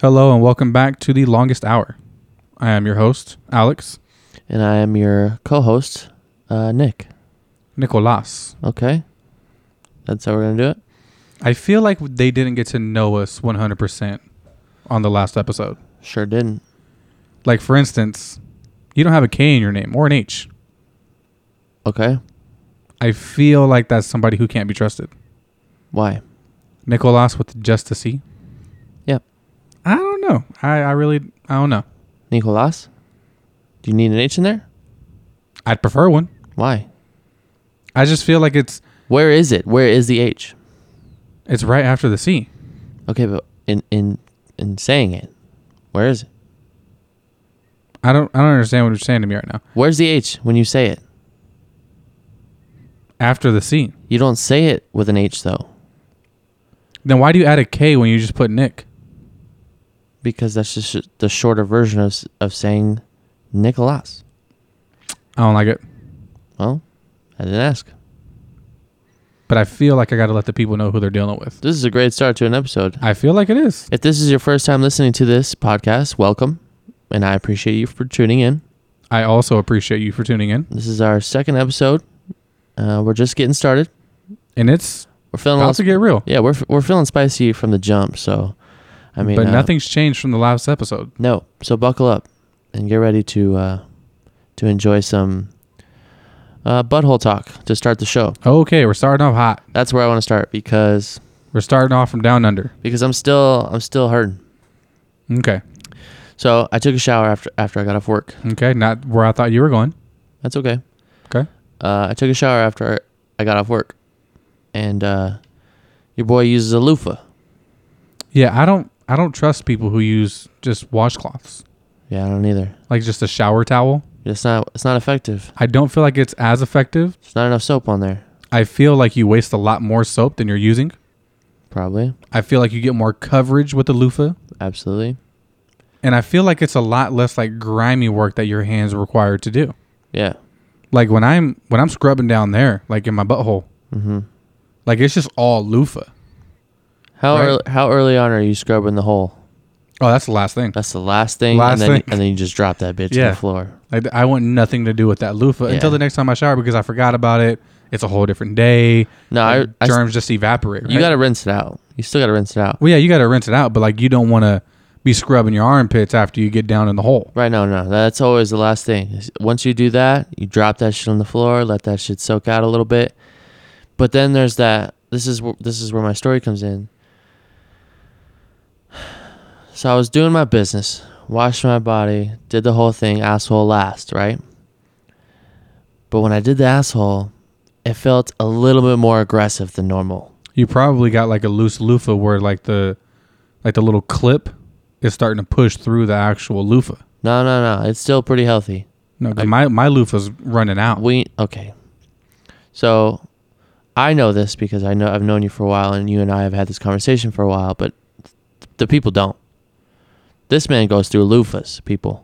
Hello and welcome back to the longest hour. I am your host, Alex And I am your co host, uh, Nick. Nicolas. Okay. That's how we're going to do it. I feel like they didn't get to know us 100% on the last episode. Sure didn't. Like, for instance, you don't have a K in your name or an H. Okay. I feel like that's somebody who can't be trusted. Why? Nicolas with just a C. Yep. I don't know. I, I really, I don't know. Nicolas? Do you need an H in there? I'd prefer one. Why? I just feel like it's Where is it? Where is the H? it's right after the C. Okay, but in in in saying it, where is it? I don't I don't understand what you're saying to me right now. Where's the H when you say it? After the C. You don't say it with an H though, Then why do you add a K when you just put Nick? because that's just sh- the shorter version of s- of saying Nicolas. I don't like it. Well, I didn't ask. But I feel like I got to let the people know who they're dealing with. This is a great start to an episode. I feel like it is. If this is your first time listening to this podcast, welcome. And I appreciate you for tuning in. I also appreciate you for tuning in. This is our second episode. Uh, we're just getting started. And it's We're feeling a about to little, get real. yeah, we're f- we're feeling spicy from the jump. So, I mean, but uh, nothing's changed from the last episode. No, so buckle up and get ready to uh, to enjoy some uh, butthole talk to start the show. Okay, we're starting off hot. That's where I want to start because We're starting off from down under. because I'm still I'm still hurting. Okay. So I took a shower after after I got off work. Okay, not where I thought you were going. That's okay. Okay. Uh, I took a shower after I got off work, and uh, your boy uses a loofah. Yeah, I don't I don't trust people who use just washcloths. Yeah, I don't either. Like just a shower towel. It's not. It's not effective. I don't feel like it's as effective. There's not enough soap on there. I feel like you waste a lot more soap than you're using. Probably. I feel like you get more coverage with the loofah. Absolutely. And I feel like it's a lot less like grimy work that your hands are required to do. Yeah. Like when I'm when I'm scrubbing down there, like in my butthole, Mm-hmm. like it's just all loofah. How Right. early, how early on are you scrubbing the hole? Oh, that's the last thing. That's the last thing. Last and then, thing. And then you just drop that bitch Yeah. on the floor. Like I want nothing to do with that loofah until Yeah. the next time I shower because I forgot about it. It's a whole different day. No, Like, I, I- germs just evaporate. You right? gotta rinse it out. You still gotta rinse it out. Well, yeah, you got to rinse it out, but like you don't want to be scrubbing your armpits after you get down in the hole. Right? No, no. That's always the last thing. Is Once you do that, you drop that shit on the floor. Let that shit soak out a little bit. But then there's that. This is wh- this is where my story comes in. So I was doing my business, washed my body, did the whole thing, asshole last, right? But when I did the asshole, it felt a little bit more aggressive than normal. You probably got like a loose loofah where like the like the little clip is starting to push through the actual loofah. No, no, no. It's still pretty healthy. No, 'cause my my loofah's running out. We okay. So I know this because I know I've known you for a while and you and I have had this conversation for a while, but th- the people don't. This man goes through loofahs, people.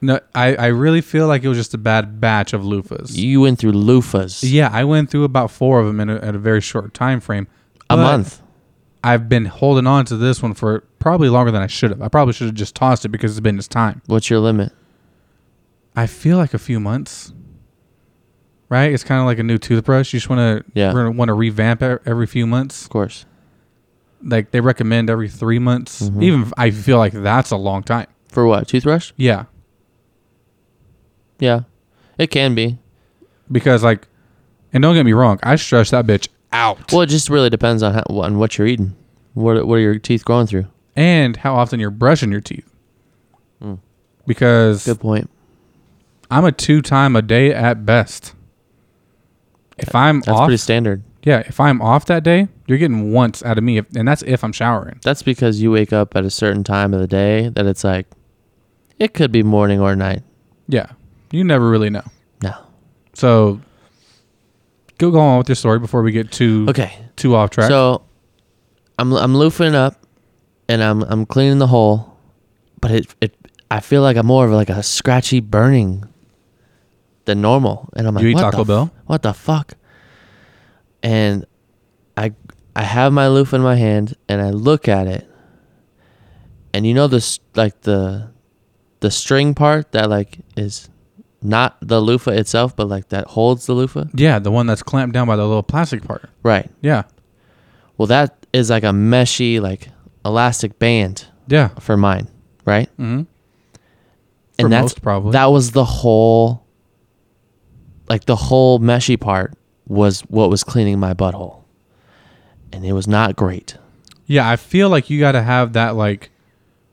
No, I, I really feel like it was just a bad batch of loofahs. You went through loofahs Yeah, I went through about four of them in a, at a very short time frame. a but month. I've been holding on to this one for probably longer than I should have. I probably should have just tossed it because it's been its time. What's your limit? I feel like a few months. Right? It's kind of like a new toothbrush. You just want to Yeah. want to revamp e- every few months. Of course. Like they recommend every 3 months. Mhm. Even if- I feel like that's a long time. For what? Toothbrush? Yeah. Yeah. It can be. Because like and don't get me wrong, I stretch that bitch out. Well, it just really depends on how, on what you're eating. What what are your teeth growing through? and how often you're brushing your teeth. Mm. Because Good point. I'm a two time a day at best. If I'm That's off, pretty standard. yeah, if I'm off that day, you're getting once out of me, if, and that's if I'm showering. That's because you wake up at a certain time of the day that it's like it could be morning or night. Yeah, you never really know. No. So, go go on with your story before we get too Okay. too off track. So I'm I'm loofing up and I'm I'm cleaning the hole, but it it I feel like I'm more of like a scratchy burning than normal. And I'm like you eat what Taco the Bell? what the fuck? And I I have my loofah in my hand and I look at it and you know this like the the string part that like is not the loofah itself, but like that holds the loofah. Yeah, the one that's clamped down by the little plastic part. Right. Yeah. Well, that is like a meshy like elastic band Yeah. for mine, right? Mm-hmm. And For that's most, probably. that was the whole like the whole meshy part was what was cleaning my butthole. And it was not great. yeah, I feel like you got to have that like,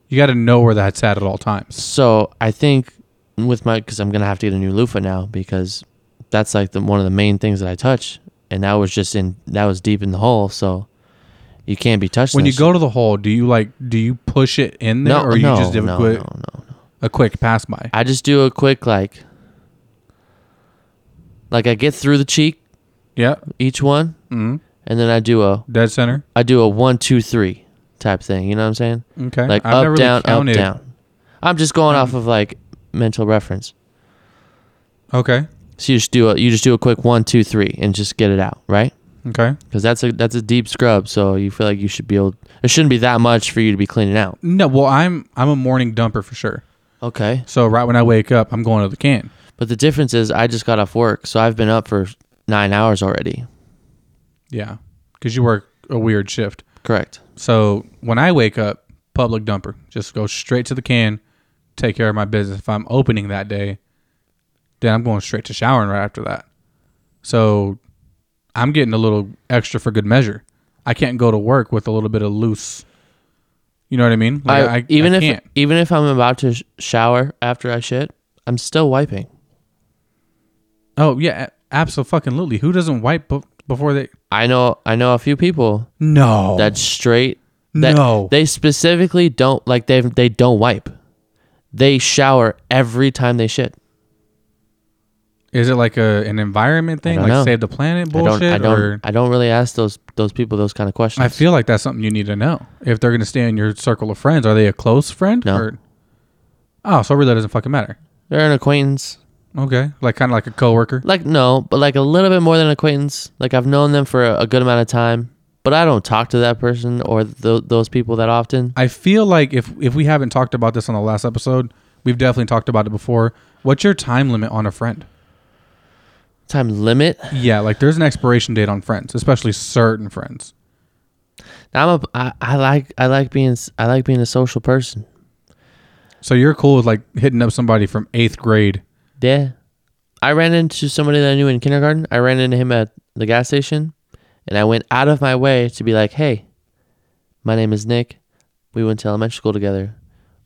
you got to know where that's at at all times. So I think with my because I'm gonna have to get a new loofah now because that's like the one of the main things that I touch, and that was just in that was deep in the hole, so you can't be touching. When you this go to the hole, do you like do you push it in shit. there, no, or you no, just do no, a quick no, no. a quick pass by? I just do a quick like, like I get through the cheek Yeah. each one, Mm-hmm. and then I do a Dead center. I do a one two three type thing. You know what I'm saying? Okay. Like I've up never really down up counted. Um, down. I'm just going off of like mental reference. Okay. So you just do a you just do a quick one, two, three, and just get it out, right? Okay. Because that's a that's a deep scrub. So you feel like you should be able. It shouldn't be that much for you to be cleaning out. No, well, I'm I'm a morning dumper for sure. Okay. So right when I wake up, I'm going to the can. But the difference is, I just got off work, so I've been up for nine hours already. Yeah, because you work a weird shift. Correct. So when I wake up, public dumper, just go straight to the can, take care of my business. If I'm opening that day, then I'm going straight to showering right after that. So I'm getting a little extra for good measure. I can't go to work with a little bit of loose. You know what I mean? Like, I, even if can't. even if I'm about to sh- shower after I shit, I'm still wiping. oh yeah, absolutely. Who doesn't wipe bef- before they? I know I know a few people No, that straight that No. they specifically don't like they they don't wipe. They shower every time they shit. Is it like a an environment thing, don't like know. save the planet bullshit? I don't. I or don't. I don't really ask those those people those kind of questions. I feel like that's something you need to know if they're going to stay in your circle of friends. Are they a close friend? No. Or, oh, so it really doesn't fucking matter. They're an acquaintance. Okay, like kind of like a coworker. Like no, but like a little bit more than an acquaintance. Like I've known them for a, a good amount of time, but I don't talk to that person or th- those people that often. I feel like if if we haven't talked about this on the last episode, we've definitely talked about it before. What's your time limit on a friend? Time limit. Yeah, like there's an expiration date on friends, especially certain friends. I'm a. I, I like. I like being. s- I like being a social person. So you're cool with like hitting up somebody from eighth grade. Yeah. I ran into somebody that I knew in kindergarten. I ran into him at the gas station, and I went out of my way to be like, "Hey, my name is Nick. We went to elementary school together.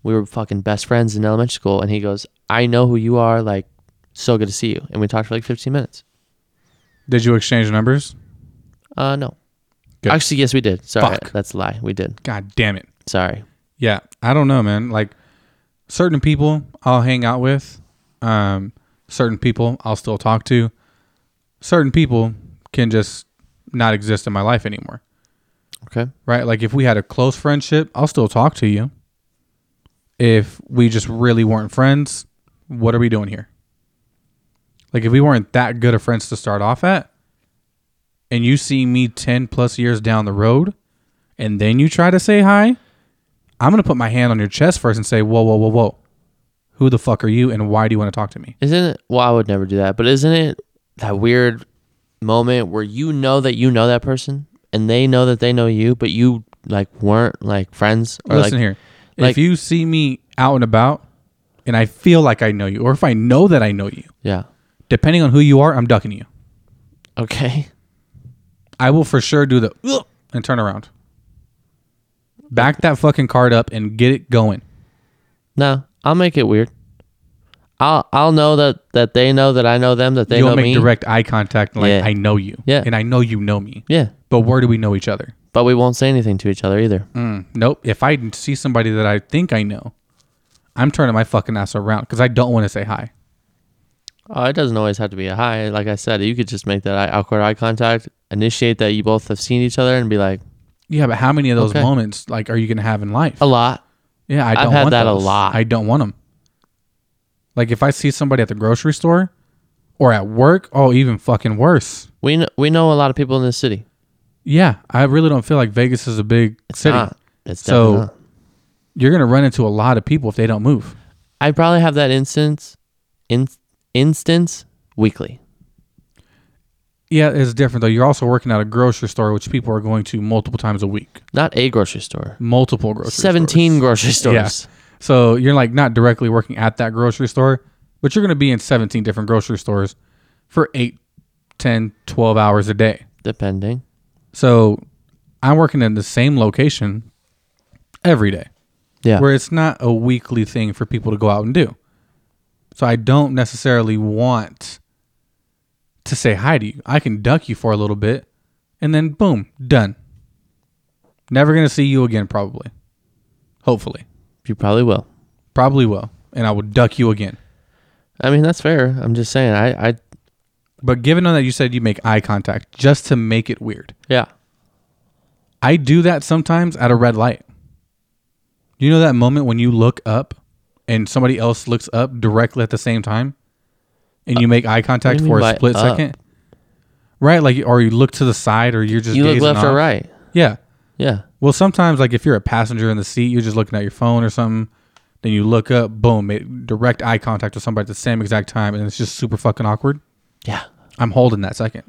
We were fucking best friends in elementary school." And he goes, "I know who you are. Like, so good to see you." And we talked for like 15 minutes. Did you exchange numbers? Uh, no. Good. Actually, yes, we did. Sorry, Fuck. that's a lie. We did. God damn it. Sorry. Yeah, I don't know, man. Like certain people I'll hang out with, um, certain people I'll still talk to. Certain people can just not exist in my life anymore, Okay. right? Like if we had a close friendship, I'll still talk to you. If we just really weren't friends, what are we doing here? Like if we weren't that good of friends to start off at, and you see me 10 plus years down the road, and then you try to say hi, I'm gonna put my hand on your chest first and say, "Whoa, whoa, whoa, whoa! Who the fuck are you, and why do you want to talk to me?" Isn't it? Well, I would never do that, but isn't it that weird moment where you know that you know that person and they know that they know you, but you like weren't like friends or Listen like here, if like- you see me out and about, and I feel like I know you, or if I know that I know you, yeah, depending on who you are, I'm ducking you. okay, I will for sure do the "Ugh," and turn around, back that fucking card up, and get it going. no, I'll make it weird. I'll I'll know that that they know that I know them that they You'll know make me. direct eye contact, like Yeah. I know you, Yeah. and I know you know me. yeah, But where do we know each other? but we won't say anything to each other either. Mm, nope. If I see somebody that I think I know, I'm turning my fucking ass around because I don't want to say hi. Oh, it doesn't always have to be a hi. Like I said, you could just make that eye, awkward eye contact, initiate that you both have seen each other, and be like Yeah, but how many of those Okay. moments like are you gonna have in life? a lot. Yeah, I don't had want that a those. lot. I don't want them. Like if I see somebody at the grocery store or at work, oh, even fucking worse. We know, we know a lot of people in this city. Yeah, I really don't feel like Vegas is a big city. Not. It's So- definitely not. you're gonna run into a lot of people if they don't move. I probably have that instance, in, instance weekly. Yeah, it's different though. You're also working at a grocery store, which people are going to multiple times a week, Not a grocery store. multiple grocery. stores. Seventeen grocery stores. So you're like not directly working at that grocery store, but you're going to be in 17 different grocery stores for 8, 10, 12 hours a day. Depending. So I'm working in the same location every day Yeah. where it's not a weekly thing for people to go out and do. So I don't necessarily want to say hi to you. I can duck you for a little bit and then boom, done. Never going to see you again, probably. Hopefully. you probably will. Probably will. And I will duck you again. I mean, that's fair. I'm just saying. I. I. But given that you said you make eye contact just to make it weird, Yeah. I do that sometimes at a red light. You know that moment when you look up and somebody else looks up directly at the same time and you make eye contact Uh, you for mean a by split up? second? Right? Like, or you look to the side or you're just You look gazing left or off. right. Yeah. Yeah. Well, sometimes, like, if you're a passenger in the seat, you're just looking at your phone or something. Then you look up, boom, it, direct eye contact with somebody at the same exact time, and it's just super fucking awkward. Yeah. I'm holding that second.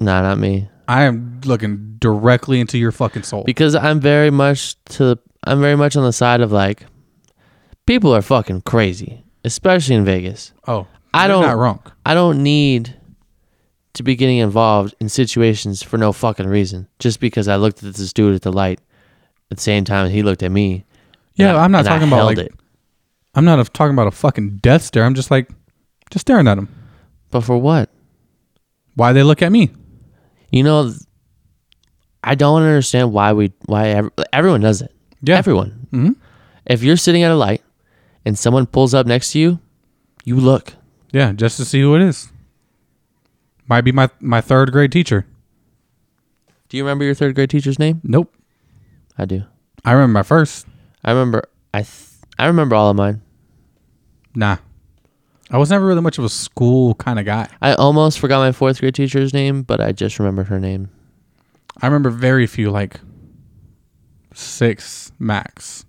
Nah, not me. I am looking directly into your fucking soul. because I'm very much to the I'm very much on the side of like people are fucking crazy, especially in Vegas. oh, I you're don't- Not wrong. I don't need to be getting involved in situations for no fucking reason just because I looked at this dude at the light at the same time he looked at me. Yeah, and I- I'm not and I talking about held like I'm not a, talking about a fucking death stare. I'm just like just staring at them. But for what? Why they look at me? You know I don't understand why we why ev- everyone does it. Yeah. Everyone. hmm If you're sitting at a light and someone pulls up next to you, you look. Yeah, just to see who it is. Might be my my third grade teacher. Do you remember your third grade teacher's name? Nope. I do. I remember my first. I remember I th- I remember all of mine. Nah. I was never really much of a school kind of guy. I almost forgot my fourth grade teacher's name, but I just remembered her name. I remember very few, like six max.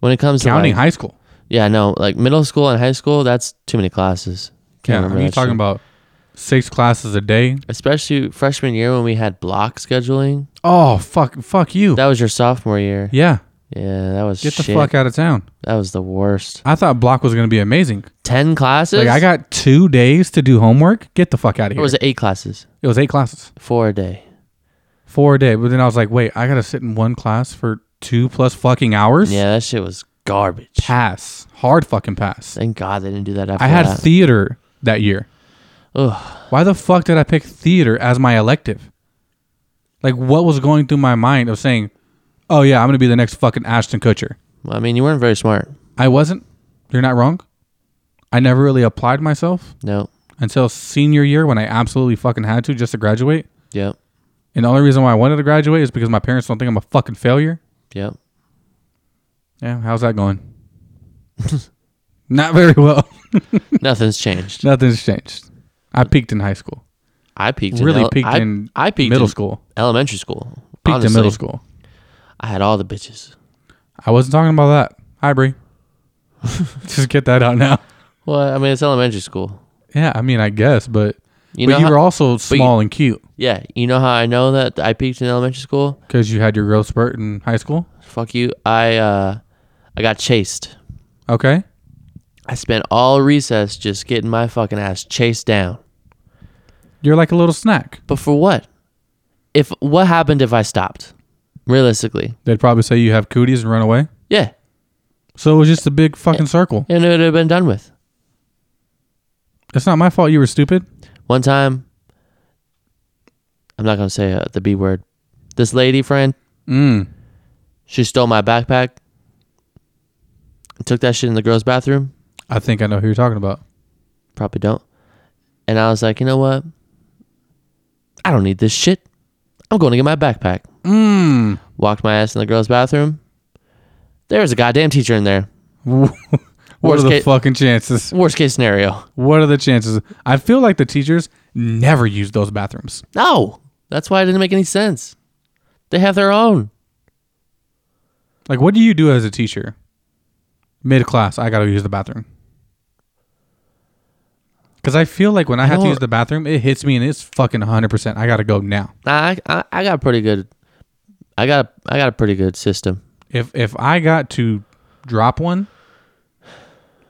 When it comes Counting to like, high school. yeah, no, like middle school and high school, that's too many classes. Yeah, I mean, you're that talking shit. about six classes a day. especially freshman year when we had block scheduling. Oh fuck, fuck you. That was your sophomore year. yeah, Yeah, that was get shit. the fuck out of town. That was the worst. I thought block was gonna be amazing. Ten classes. Like I got two days to do homework. Get the fuck out of Or here. was it eight classes? It was eight classes, Four a day. four a day. But then I was like, wait, I gotta sit in one class for two plus fucking hours. Yeah, that shit was garbage. pass, hard fucking pass. Thank God they didn't do that after I had that. theater that year. Ugh. Why the fuck did I pick theater as my elective? Like, what was going through my mind of saying, "Oh yeah, I'm gonna be the next fucking Ashton Kutcher." I mean, you weren't very smart. I wasn't. You're not wrong. I never really applied myself No. until senior year when I absolutely fucking had to just to graduate. Yep. And the only reason why I wanted to graduate is because my parents don't think I'm a fucking failure. Yep. Yeah, how's that going? Not very well. Nothing's changed. Nothing's changed. I peaked in high school. I peaked. Really in ele- peaked I, in I peaked middle in school. elementary school. Peaked in honestly. middle school. I had all the bitches. I wasn't talking about that. Hi, Bree. Just get that out now. Well, I mean, it's elementary school. Yeah, I mean, I guess, but You but know, you how, were also small and cute yeah. You know how I know that I peaked in elementary school? because you had your growth spurt in high school. Fuck you. I uh, I got chased. Okay, I spent all recess just getting my fucking ass chased down. you're like a little snack. But for what? If what happened if I stopped? Realistically, They'd probably say you have cooties and run away. yeah, So it was just a big fucking circle. and it would have been done with. It's not my fault you were stupid. One time, I'm not gonna say uh, the b word. This lady friend, Mm. She stole my backpack. and Took that shit in the girls' bathroom. I think I know who you're talking about. Probably don't. And I was like, you know what? I don't need this shit. I'm going to get my backpack. Hmm. Mm. Walked my ass in the girls' bathroom. There was a goddamn teacher in there. what Worst are the case- fucking chances? Worst case scenario. What are the chances? I feel like the teachers never use those bathrooms. No. That's why it didn't make any sense. They have their own. Like, what do you do as a teacher? Mid class, I gotta use the bathroom. Cause I feel like when I, I have to don't- use the bathroom, it hits me and it's fucking hundred percent. I gotta go now. Nah, I, I I got pretty good. I got I got a pretty good system. If if I got to drop one,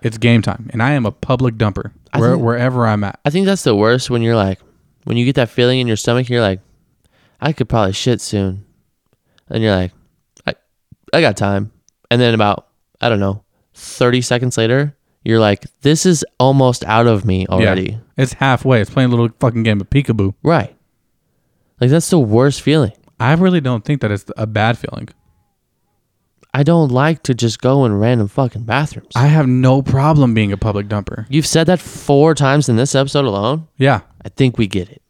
it's game time, and I am a public dumper I where, think- wherever I'm at. I think that's the worst when you're like, when you get that feeling in your stomach, you're like, I could probably shit soon, and you're like, I I got time, and then about I don't know, thirty seconds later, you're like, this is almost out of me already. It's halfway. It's playing a little fucking game of peekaboo. Right. Like that's the worst feeling. I really don't think that it's a bad feeling. I don't like to just go in random fucking bathrooms. I have no problem being a public dumper. You've said that four times in this episode alone. Yeah, I think we get it.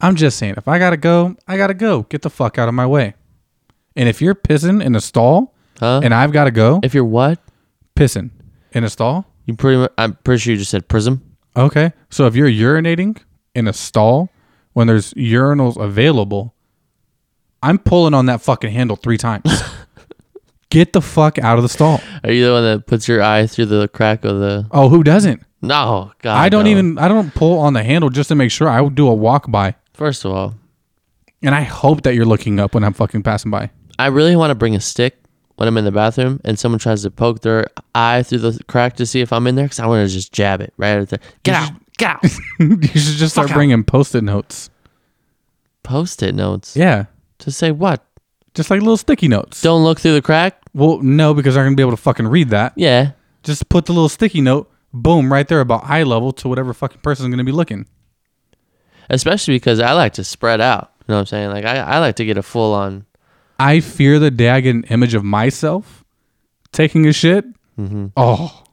I'm just saying, if I gotta go, I gotta go. Get the fuck out of my way. And if you're pissing in a stall Huh? and I've gotta go, if you're what? pissing in a stall, You pretty much, I'm pretty sure you just said prism. okay. So if you're urinating in a stall when there's urinals available, I'm pulling on that fucking handle three times. Get the fuck out of the stall. Are you the one that puts your eye through the crack of the Oh, who doesn't? No, God. I don't no. even, I don't pull on the handle just to make sure. I will do a walk by. First of all, And I hope that you're looking up when I'm fucking passing by. I really want to bring a stick when I'm in the bathroom and someone tries to poke their eye through the crack to see if I'm in there because I want to just jab it right at the Get out. Get out. you should just start Fuck out. bringing post it notes. Post it notes. Yeah. To say what? Just like little sticky notes. Don't look through the crack? Well, no, because they're not gonna be able to fucking read that. Yeah. Just put the little sticky note, boom, right there about eye level to whatever fucking person's gonna be looking. Especially because I like to spread out. You know what I'm saying? Like I, I like to get a full on I fear the day I get an image of myself taking a shit. Mm-hmm. Oh,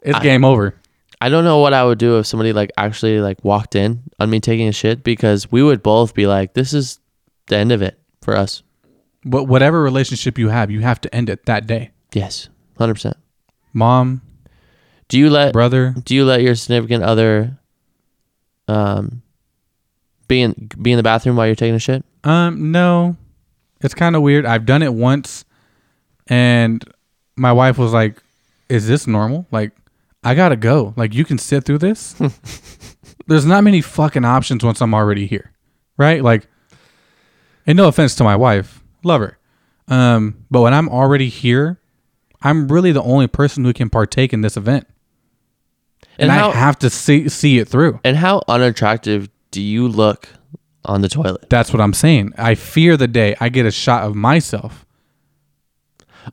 it's game over. I don't know what I would do if somebody like actually like walked in on me taking a shit because we would both be like, This is the end of it for us. But whatever relationship you have, you have to end it that day. Yes. Hundred percent. Mom, Do you let brother, do you let your significant other um be in be in the bathroom while you're taking a shit? Um, no, it's kind of weird. I've done it once, and my wife was like, "Is this normal? Like, I gotta go. Like, you can sit through this." There's not many fucking options once I'm already here, right? Like, and no offense to my wife, love her, um, but when I'm already here, I'm really the only person who can partake in this event, and, And, how I have to see see it through. and how unattractive do you look on the toilet? That's what I'm saying. I fear the day I get a shot of myself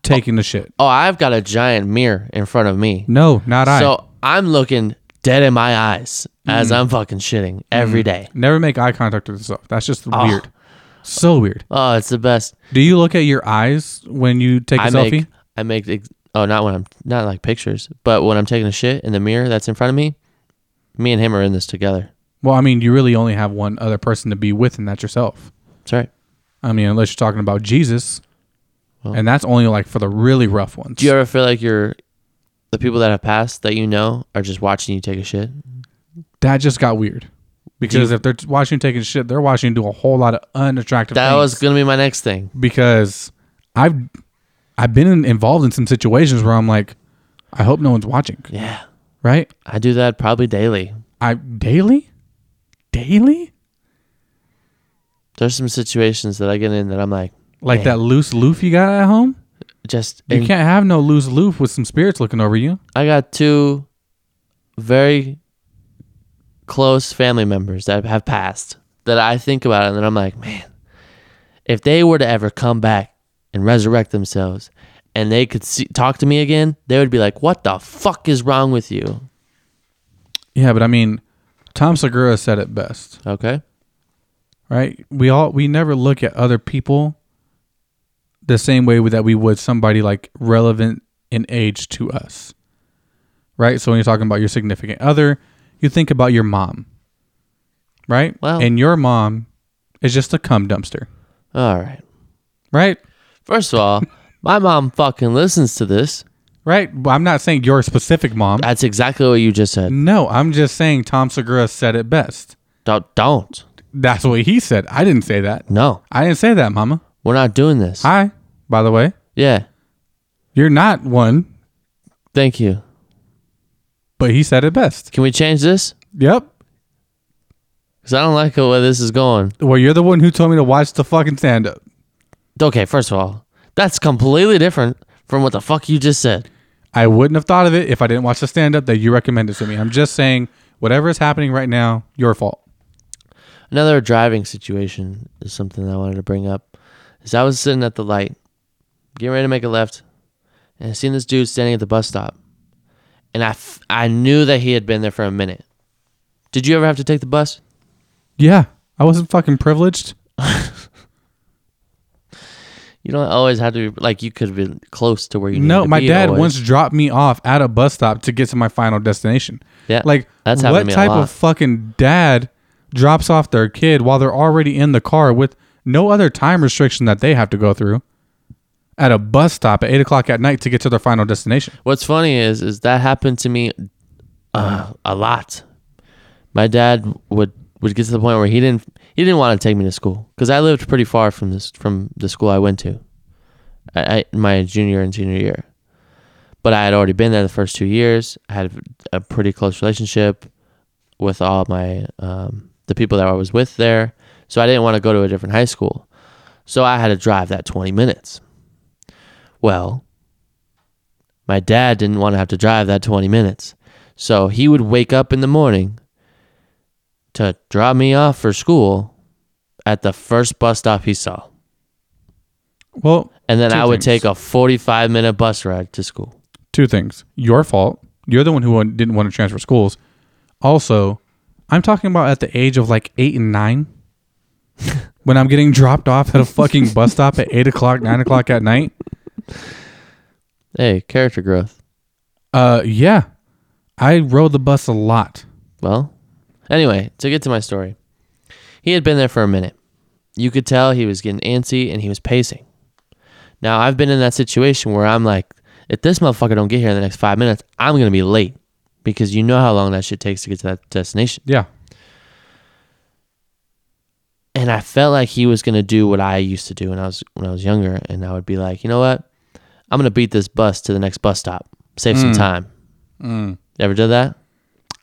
taking the shit. Oh, I've got a giant mirror in front of me. No, not I. So I'm looking dead in my eyes as Mm. I'm fucking shitting every day. Never make eye contact with yourself. That's just Oh. weird. So weird. Oh, it's the best. Do you look at your eyes when you take a I selfie? make I make ex- oh not when I'm not like pictures, but when I'm taking a shit in the mirror that's in front of me, me and him are in this together. Well, I mean, you really only have one other person to be with, and that's yourself. That's right. I mean, unless you're talking about Jesus, Well. and that's only like for the really rough ones. Do you ever feel like you're the people that have passed that you know are just watching you take a shit? that just got weird. Because you- if they're t- watching you taking shit, they're watching you do a whole lot of unattractive That things. was gonna be my next thing. because I've I've been in, involved in some situations where I'm like, I hope no one's watching, Yeah. right? I do that probably daily. I daily, daily, There's some situations that I get in that I'm like, like Yeah. that loose loof you got at home. just You can't have no loose loof with some spirits looking over you. I got two very close family members that have passed that I think about it and then I'm like, man, if they were to ever come back and resurrect themselves and they could see, talk to me again, they would be like, what the fuck is wrong with you? Yeah, but I mean, Tom Segura said it best, Okay. right? We all we never look at other people the same way that we would somebody like relevant in age to us, right? So when you're talking about your significant other, you think about your mom, right? Well- and your mom is just a cum dumpster, All right. right? First of all, my mom fucking listens to this. Right? Well, I'm not saying your specific mom. That's exactly what you just said. no, I'm just saying Tom Segura said it best. Don't, don't. That's what he said. I didn't say that. No, I didn't say that, Mama. we're not doing this. Hi, by the way. Yeah. You're not one, Thank you. but he said it best. Can we change this? Yep. Because I don't like where this is going. Well, you're the one who told me to watch the fucking stand up. Okay, first of all, that's completely different from what the fuck you just said. I wouldn't have thought of it if I didn't watch the stand up that you recommended to me. I'm just saying, whatever is happening right now, your fault. Another driving situation is something I wanted to bring up. Is I was sitting at the light, getting ready to make a left, and I seen this dude standing at the bus stop, and I, f- I knew that he had been there for a minute. Did you ever have to take the bus? Yeah, I wasn't fucking privileged. You don't always have to be like you could have been close to where you. needed No, to my be dad always. once dropped me off at a bus stop to get to my final destination. Yeah, Like, that's happened to what me a type lot. of fucking dad drops off their kid while they're already in the car with no other time restriction that they have to go through at a bus stop at eight o'clock at night to get to their final destination? What's funny is is that happened to me uh, a lot. My dad would would get to the point where he didn't he didn't want to take me to school because I lived pretty far from this from the school I went to, I, I, my junior and senior year. But I had already been there the first two years. I had a pretty close relationship with all my um, the people that I was with there, so I didn't want to go to a different high school. So I had to drive that twenty minutes. Well, my dad didn't want to have to drive that 20 minutes. So he would wake up in the morning to drop me off for school at the first bus stop he saw. Well, And then Two I would things. take a 45 minute bus ride to school. two things. Your fault. You're the one who won- didn't want to transfer schools. Also, I'm talking about at the age of like eight and nine when I'm getting dropped off at a fucking bus stop at eight o'clock, nine o'clock at night. Hey, character growth. Uh, yeah, I rode the bus a lot. Well, anyway, to get to my story, he had been there for a minute. You could tell he was getting antsy and he was pacing. Now, I've been in that situation where I'm like, if this motherfucker don't get here in the next five minutes, I'm going to be late because you know how long that shit takes to get to that destination. Yeah, and I felt like he was gonna do what I used to do when I was when I was younger, and I would be like, you know what, I'm gonna beat this bus to the next bus stop, save some time. Ever did that?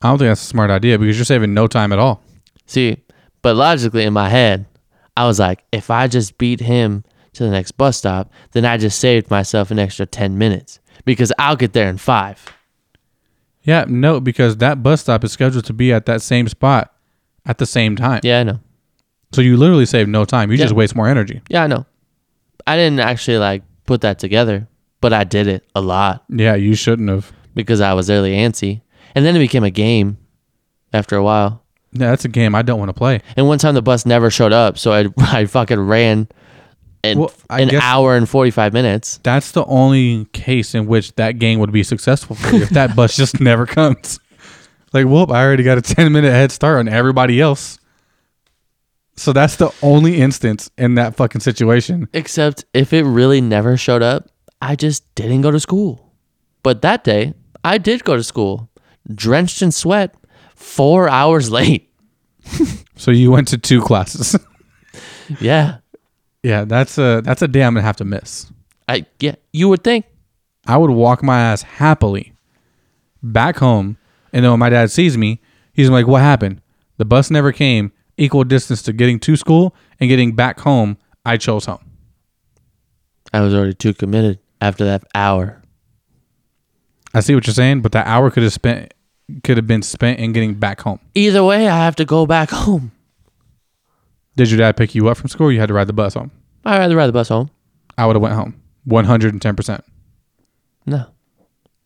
I don't think that's a smart idea because you're saving no time at all. See, but logically in my head, I was like, if I just beat him to the next bus stop, then I just saved myself an extra ten minutes because I'll get there in five. Yeah, no, because that bus stop is scheduled to be at that same spot at the same time. Yeah, I know. So you literally save no time. You Yeah. just waste more energy. Yeah, I know. I didn't actually like put that together, but I did it a lot. Yeah, you shouldn't have. because I was really antsy. And then it became a game after a while. Yeah, that's a game I don't want to play. And one time the bus never showed up, so I I fucking ran in Well, I an guess- hour and 45 minutes. That's the only case in which that game would be successful for you if that bus just never comes. Like, whoop, I already got a 10 minute head start on everybody else. So that's the only instance in that fucking situation. Except if it really never showed up, I just didn't go to school. But that day, I did go to school, drenched in sweat, 4 hours late. So you went to two classes. Yeah. yeah, that's a that's a day I'm gonna have to miss. I yeah, you would think I would walk my ass happily back home, and then when my dad sees me, he's like, "What happened? The bus never came. Equal distance to getting to school and getting back home. I chose home." I was already too committed after that hour. I see what you're saying, but that hour could have spent could have been spent in getting back home. Either way, I have to go back home. Did your dad pick you up from school? Or you had to ride the bus home. I'd rather ride the bus home. I would have went home, one hundred and ten percent. No.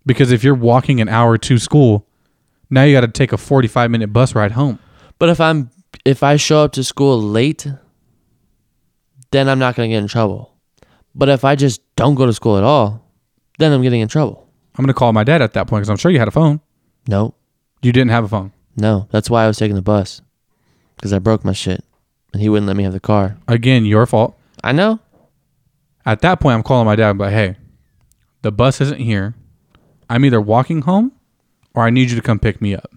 Because if you're walking an hour to school, now you got to take a forty-five minute bus ride home. But if I'm if I show up to school late, then I'm not gonna get in trouble. But if I just don't go to school at all, then I'm getting in trouble. I'm gonna call my dad at that point because I'm sure you had a phone. No, You didn't have a phone no. That's why I was taking the bus, because I broke my shit, and he wouldn't let me have the car. again. Your fault. I know. At that point, I'm calling my dad. I'm like, hey, the bus isn't here. I'm either walking home or I need you to come pick me up.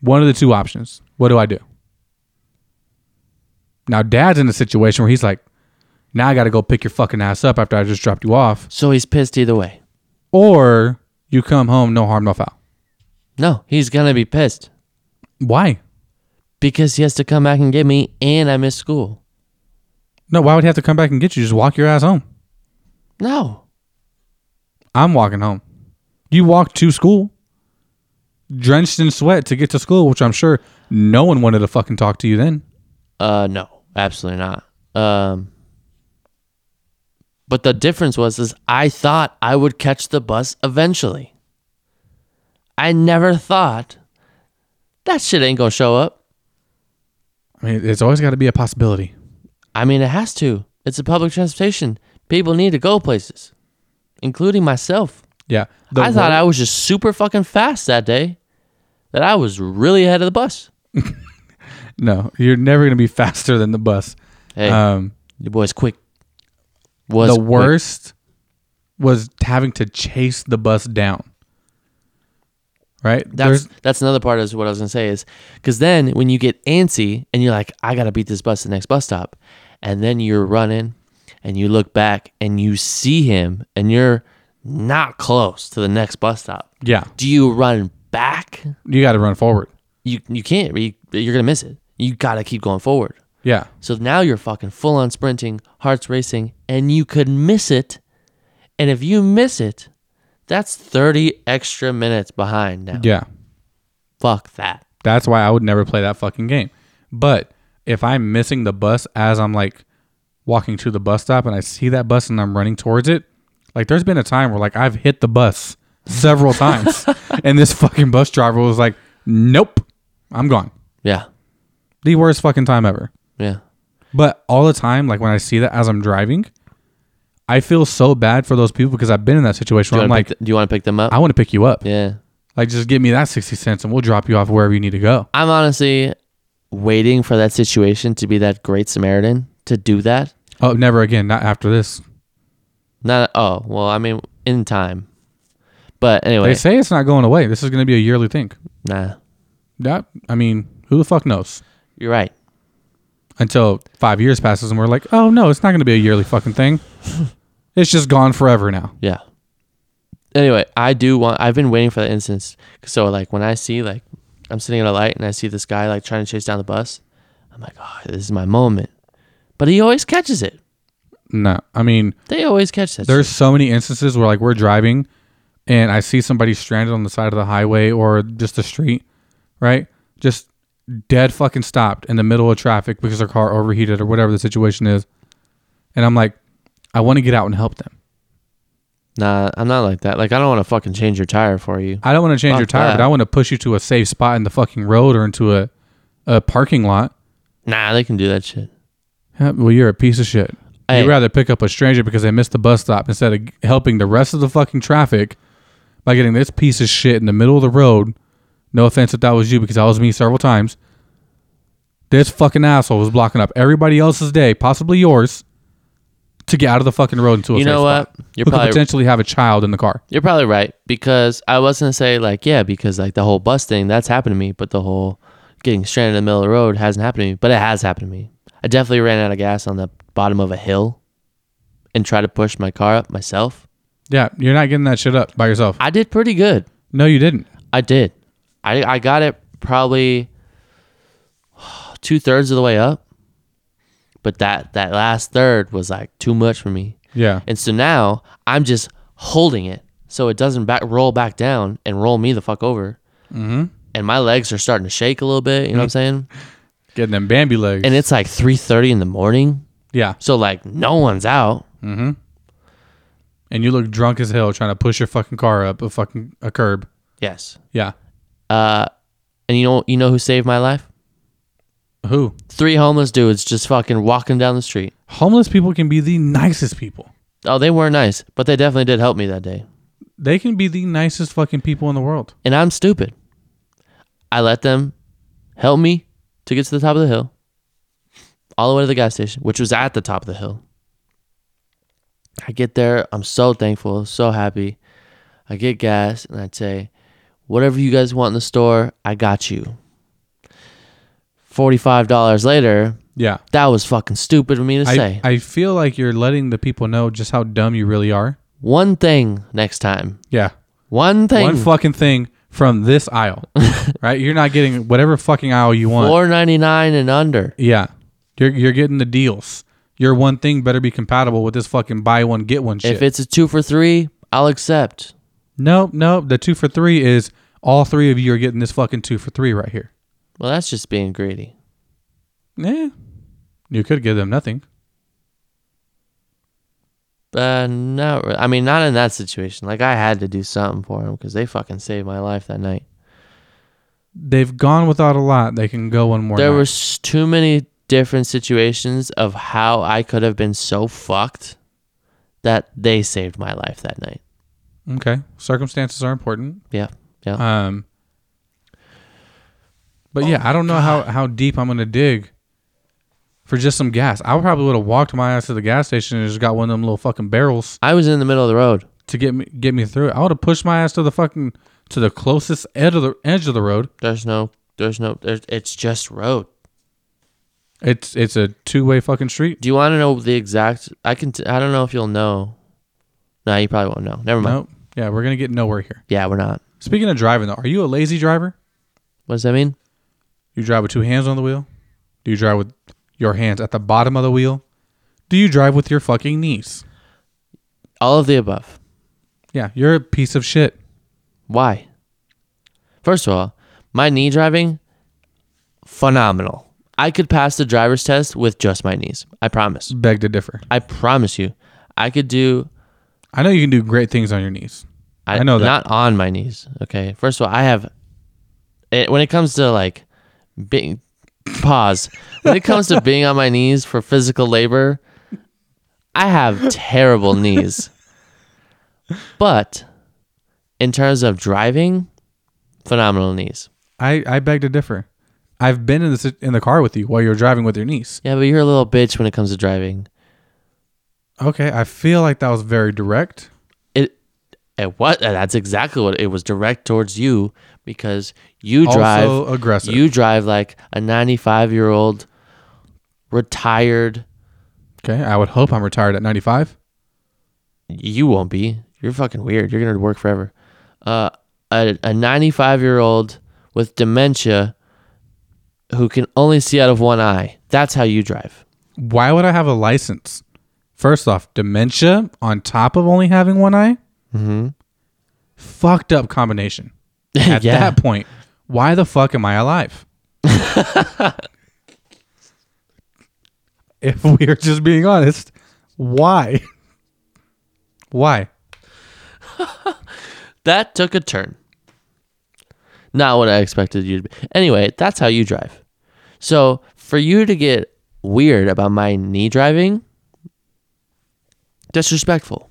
One of the two options. What do I do? Now, dad's in a situation where he's like, Now I got to go pick your fucking ass up after I just dropped you off. So he's pissed either way. Or you come home, no harm, no foul. No, he's gonna be pissed Why? because he has to come back and get me, and I miss school. No, why would he have to come back and get you? Just walk your ass home. No, I'm walking home. You walked to school, drenched in sweat to get to school, which I'm sure no one wanted to fucking talk to you then. uh, no, absolutely not. Um, but the difference was is I thought I would catch the bus eventually. I never thought that shit ain't gonna show up. I mean, it's always got to be a possibility. I mean, it has to. It's a public transportation. People need to go places, including myself. Yeah. I thought I was just super fucking fast that day, that I was really ahead of the bus. No, you're never going to be faster than the bus. Hey, Um, your boy's quick. Was the quick. worst was having to chase the bus down. Right? That's There's- that's another part is what I was gonna say is because then when you get antsy and you're like, I gotta beat this bus to the next bus stop, and then you're running, and you look back and you see him and you're not close to the next bus stop. yeah, Do you run back? you got to run forward. You you can't. You, you're gonna miss it. You gotta keep going forward. Yeah. So now you're fucking full on sprinting, hearts racing, and you could miss it. And if you miss it, that's 30 extra minutes behind now. Yeah. Fuck that. That's why I would never play that fucking game. But if I'm missing the bus as I'm like walking to the bus stop and I see that bus and I'm running towards it, like there's been a time where like I've hit the bus several times and this fucking bus driver was like, "Nope. I'm gone." Yeah. The worst fucking time ever. Yeah. But all the time, like when I see that as I'm driving, I feel so bad for those people because I've been in that situation Do where you, I'm wanna like, pick th- do you want to pick them up? I want to pick you up. yeah. Like, just give me that 60 cents and we'll drop you off wherever you need to go. I'm honestly waiting for that situation to be that great Samaritan to do that. Oh, never again. Not after this. Not, oh, well, I mean, in time. But anyway, They say it's not going away. This is going to be a yearly thing. nah, That, I mean, who the fuck knows? you're right. Until five years passes and we're like, oh no, it's not going to be a yearly fucking thing. it's just gone forever now. Yeah. Anyway, I do want. I've been waiting for that instance. So like when I see like I'm sitting at a light and I see this guy like trying to chase down the bus, I'm like, oh, this is my moment. But he always catches it. No, I mean, They always catch that. There's so many instances where like we're driving and I see somebody stranded on the side of the highway or just the street, right? Just dead fucking stopped in the middle of traffic because their car overheated or whatever the situation is. And I'm like, I want to get out and help them. shit. Nah, I'm not like that. Like I don't want to fucking change your tire for you. I don't want to change Fuck your tire, that. but I want to push you to a safe spot in the fucking road or into a, a parking lot. Nah, they can do that shit. Yeah, Well, you're a piece of shit. Hey. You'd rather pick up a stranger because they missed the bus stop instead of helping the rest of the fucking traffic by getting this piece of shit in the middle of the road. No offense if that was you because that was me several times. This fucking asshole was blocking up everybody else's day, possibly yours, to get out of the fucking road into a You safe know what? spot. You're Who could probably potentially have a child in the car. you're probably right because I was gonna say like yeah because like the whole bus thing that's happened to me, but the whole getting stranded in the middle of the road hasn't happened to me, but it has happened to me. I definitely ran out of gas on the bottom of a hill and tried to push my car up myself. Yeah, you're not getting that shit up by yourself. I did pretty good. No, you didn't. I did. I I got it probably two thirds of the way up, but that that last third was like too much for me. Yeah. And so now I'm just holding it so it doesn't back roll back down and roll me the fuck over. Mhm. And my legs are starting to shake a little bit. You know what I'm saying? Getting them Bambi legs. And it's like 3:30 in the morning, yeah. so like no one's out. And you look drunk as hell trying to push your fucking car up a fucking a curb. Yes. Yeah. Uh, and you know you know who saved my life? Who? Three homeless dudes just fucking walking down the street. Homeless people can be the nicest people. Oh, they were nice, but they definitely did help me that day. They can be the nicest fucking people in the world. And I'm stupid. I let them help me to get to the top of the hill, all the way to the gas station, which was at the top of the hill. I get there. I'm so thankful, so happy. I get gas and I'd say, whatever you guys want in the store, I got you. $45 later, Yeah. That was fucking stupid of me to say. I, I feel like you're letting the people know just how dumb you really are. One thing next time. Yeah. One thing. One fucking thing from this aisle, right? You're not getting whatever fucking aisle you want. Four ninety nine and under. Yeah. You're, you're getting the deals. Your one thing better be compatible with this fucking buy one, get one shit. If it's a two for three, I'll accept. nope, nope. The two for three is all three of you are getting this fucking two for three right here. Well, that's just being greedy. Yeah. You could give them nothing. Uh, not. Re- I mean, not in that situation. Like I had to do something for them because they fucking saved my life that night. They've gone without a lot. They can go one more. there night. were s- too many different situations of how I could have been so fucked that they saved my life that night. Okay. Circumstances are important. Yeah, yeah. Um But yeah, I don't know how how deep I'm going to dig for just some gas. I probably would have walked my ass to the gas station and just got one of them little fucking barrels I was in the middle of the road. to get me get me through it. I would have pushed my ass to the fucking to the closest edge of the edge of the road. There's no, there's no, there's, it's just road. It's it's a two-way fucking street. Do you want to know the exact? I can. T- I don't know if you'll know. No, you probably won't know. Never mind. Nope. Yeah, we're going to get nowhere here. Yeah, we're not. Speaking of driving though, are you a lazy driver? What does that mean? Do you drive with two hands on the wheel? Do you drive with your hands at the bottom of the wheel? Do you drive with your fucking knees? All of the above. Yeah, you're a piece of shit. Why? First of all, my knee driving, phenomenal. I could pass the driver's test with just my knees. I promise. Beg to differ. I promise you. I could do. I know you can do great things on your knees. I, I know that. Not on my knees. Okay. First of all, I have. It, when it comes to like, being, pause. When it comes to being on my knees for physical labor, I have terrible knees. But, in terms of driving, phenomenal knees. I, I beg to differ. I've been in the in the car with you while you're driving with your niece. Yeah, but you're a little bitch when it comes to driving. Okay, I feel like that was very direct. It, it what? Eh, That's exactly what it was. Direct towards you because you drive. also aggressive. You drive like a 95 year old retired. okay, I would hope I'm retired at 95. You won't be. You're fucking weird. You're gonna work forever. Uh, a a 95 year old with dementia who can only see out of one eye. That's how you drive. Why would I have a license? First off, dementia on top of only having one eye. Mm-hmm. Fucked up combination. At Yeah. that point, why the fuck am I alive? if we're just being honest, why? Why? That took a turn. Not what I expected you to be. Anyway, that's how you drive. So for you to get weird about my knee driving, disrespectful.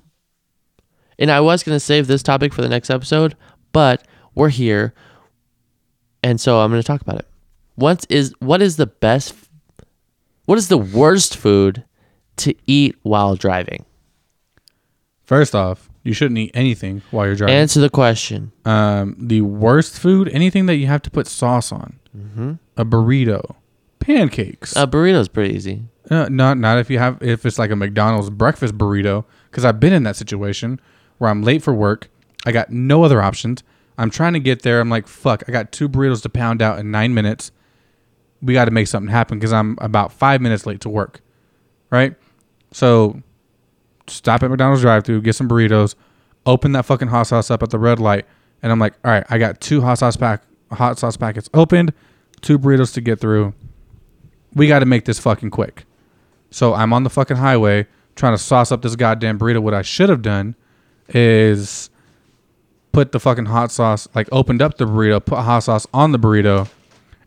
And I was going to save this topic for the next episode, but we're here. And so I'm going to talk about it. What is what is the best what is the worst food to eat while driving? First off, you shouldn't eat anything while you're driving. Answer the question. um, the worst food, anything that you have to put sauce on, a burrito, pancakes. Mm-hmm. A burrito's pretty easy. Uh, not not if you have if it's like a McDonald's breakfast burrito because I've been in that situation where I'm late for work. I got no other options. I'm trying to get there. I'm like, fuck. I got two burritos to pound out in nine minutes. We got to make something happen because I'm about five minutes late to work, right? So stop at McDonald's drive-through, get some burritos, open that fucking hot sauce up at the red light, and I'm like, all right, I got two hot sauce pack hot sauce packets opened, two burritos to get through. We got to make this fucking quick. So I'm on the fucking highway trying to sauce up this goddamn burrito. What I should have done is put the fucking hot sauce, like opened up the burrito, put hot sauce on the burrito,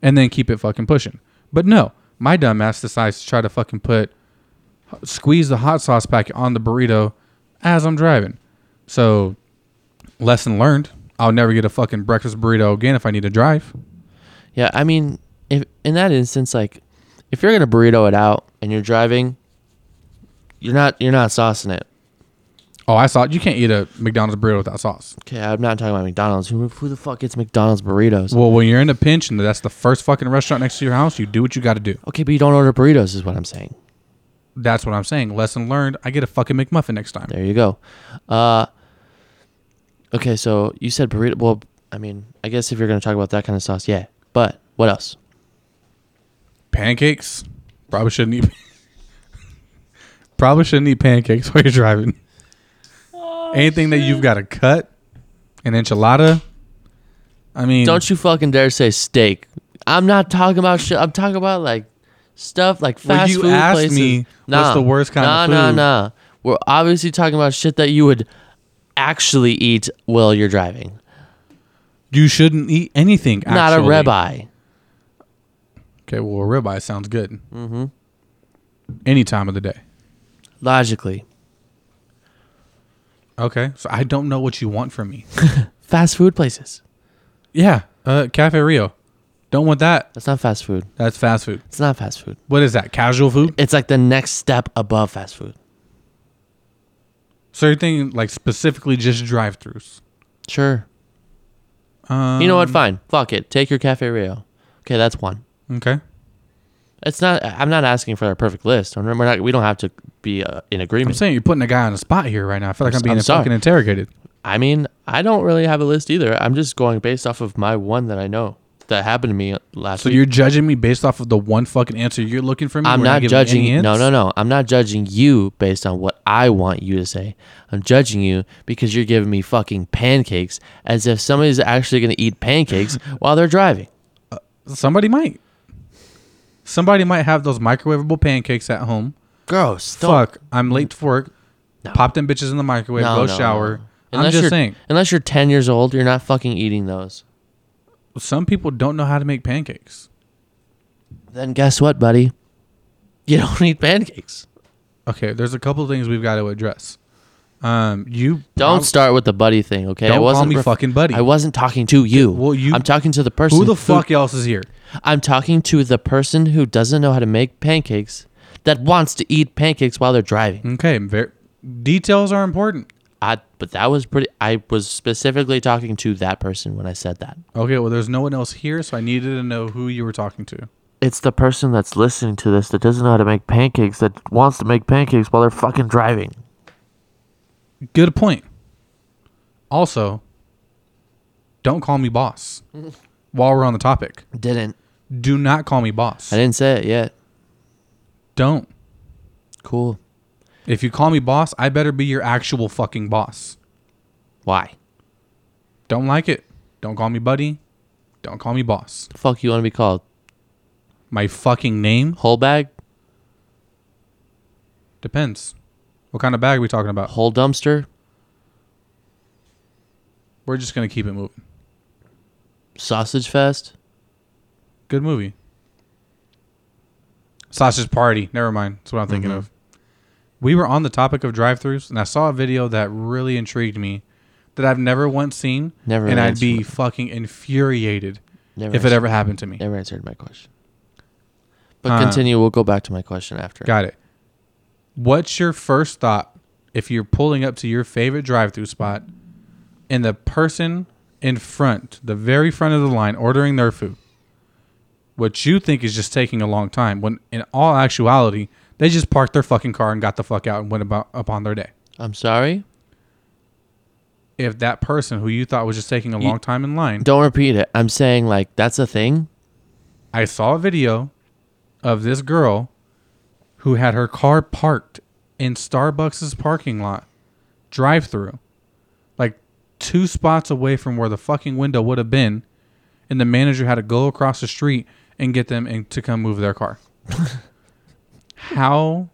and then keep it fucking pushing. But no, my dumbass decides to try to fucking put, squeeze the hot sauce packet on the burrito as I'm driving. So, lesson learned. I'll never get a fucking breakfast burrito again if I need to drive. Yeah, I mean, if in that instance, like, if you're gonna burrito it out and you're driving, you're not you're not saucing it. Oh, I saw it. You can't eat a McDonald's burrito without sauce. Okay, I'm not talking about McDonald's. Who, who the fuck gets McDonald's burritos? Well, when you're in a pinch and that's the first fucking restaurant next to your house, you do what you got to do. Okay, but you don't order burritos, is what I'm saying. That's what I'm saying. Lesson learned. I get a fucking McMuffin next time. There you go. Uh, okay, so you said burrito. Well, I mean, I guess if you're gonna talk about that kind of sauce, yeah. But what else? Pancakes. Probably shouldn't eat. probably shouldn't eat pancakes while you're driving. Anything that you've got to cut, an enchilada. I mean, Don't you fucking dare say steak. I'm not talking about shit. I'm talking about like stuff like Well, fast you food asked places. me what's the worst kind nah, of Nah, food. nah, nah. We're obviously talking about shit that you would actually eat while you're driving. you shouldn't eat anything. Actually. Not a ribeye. Okay, well, a ribeye sounds good. Mm-hmm. Any time of the day. Logically, Okay, so I don't know what you want from me. fast food places. yeah, uh, Cafe Rio. Don't want that. That's not fast food. That's fast food. It's not fast food. What is that? Casual food. It's like the next step above fast food. So you're thinking like specifically just drive-throughs. Sure. Um, you know what? Fine. Fuck it. Take your Cafe Rio. Okay, that's one. Okay. It's not. I'm not asking for a perfect list. I'm- We're not. We don't have to be uh, in I'm agreement. saying you're putting a guy on the spot here right now. I feel like I'm, s- being I'm sorry. fucking interrogated. I mean, I don't really have a list either. I'm just going based off of my one that I know that happened to me last So week. you're judging me based off of the one fucking answer you're looking for me. I'm We're not giving any judging. hints? No, no, no. I'm not judging you based on what I want you to say. I'm judging you because you're giving me fucking pancakes as if somebody's actually going to eat pancakes while they're driving. Somebody might. Somebody might have those microwavable pancakes at home. Gross. Don't- Fuck, I'm late to work. Pop them bitches in the microwave. No, go no, shower. no. I'm Unless just you're- saying. Unless you're 10 years old, you're not fucking eating those. Some people don't know how to make pancakes. Then guess what, buddy? You don't need pancakes. Okay, there's a couple of things we've got to address. Um, you Don't prob- start with the buddy thing, okay? Don't I call wasn't me ref- fucking buddy. I wasn't talking to you. well, you- I'm talking to the person. Who the who- fuck else is here? I'm talking to the person who doesn't know how to make pancakes that wants to eat pancakes while they're driving. Okay, ver- details are important. I, but that was pretty. I was specifically talking to that person when I said that. Okay, well, there's no one else here, so I needed to know who you were talking to. It's the person that's listening to this that doesn't know how to make pancakes that wants to make pancakes while they're fucking driving. Good point. Also, don't call me boss. While we're on the topic, Didn't. do not call me boss. I didn't say it yet. Don't. Cool. If you call me boss, I better be your actual fucking boss. Why? Don't like it. Don't call me buddy. Don't call me boss. The fuck you want to be called? My fucking name Whole bag? depends. What kind of bag are we talking about? Whole dumpster? We're just gonna keep it moving. Sausage fest? Good movie. Sausage Party. Never mind. That's what I'm thinking of. We were on the topic of drive-throughs, and I saw a video that really intrigued me, that I've never once seen. Never And I'd answered be it. fucking infuriated Never. if it answered- ever happened to me. never answered my question. But Uh, continue. We'll go back to my question after. Got it. What's your first thought if you're pulling up to your favorite drive through spot and the person in front, the very front of the line, ordering their food? What you think is just taking a long time when in all actuality, they just parked their fucking car and got the fuck out and went about upon their day. I'm sorry. If that person who you thought was just taking a long time in line, Don't repeat it. I'm saying like that's a thing. I saw a video of this girl who had her car parked in Starbucks' parking lot drive through, like two spots away from where the fucking window would have been, and the manager had to go across the street and get them and to come move their car. How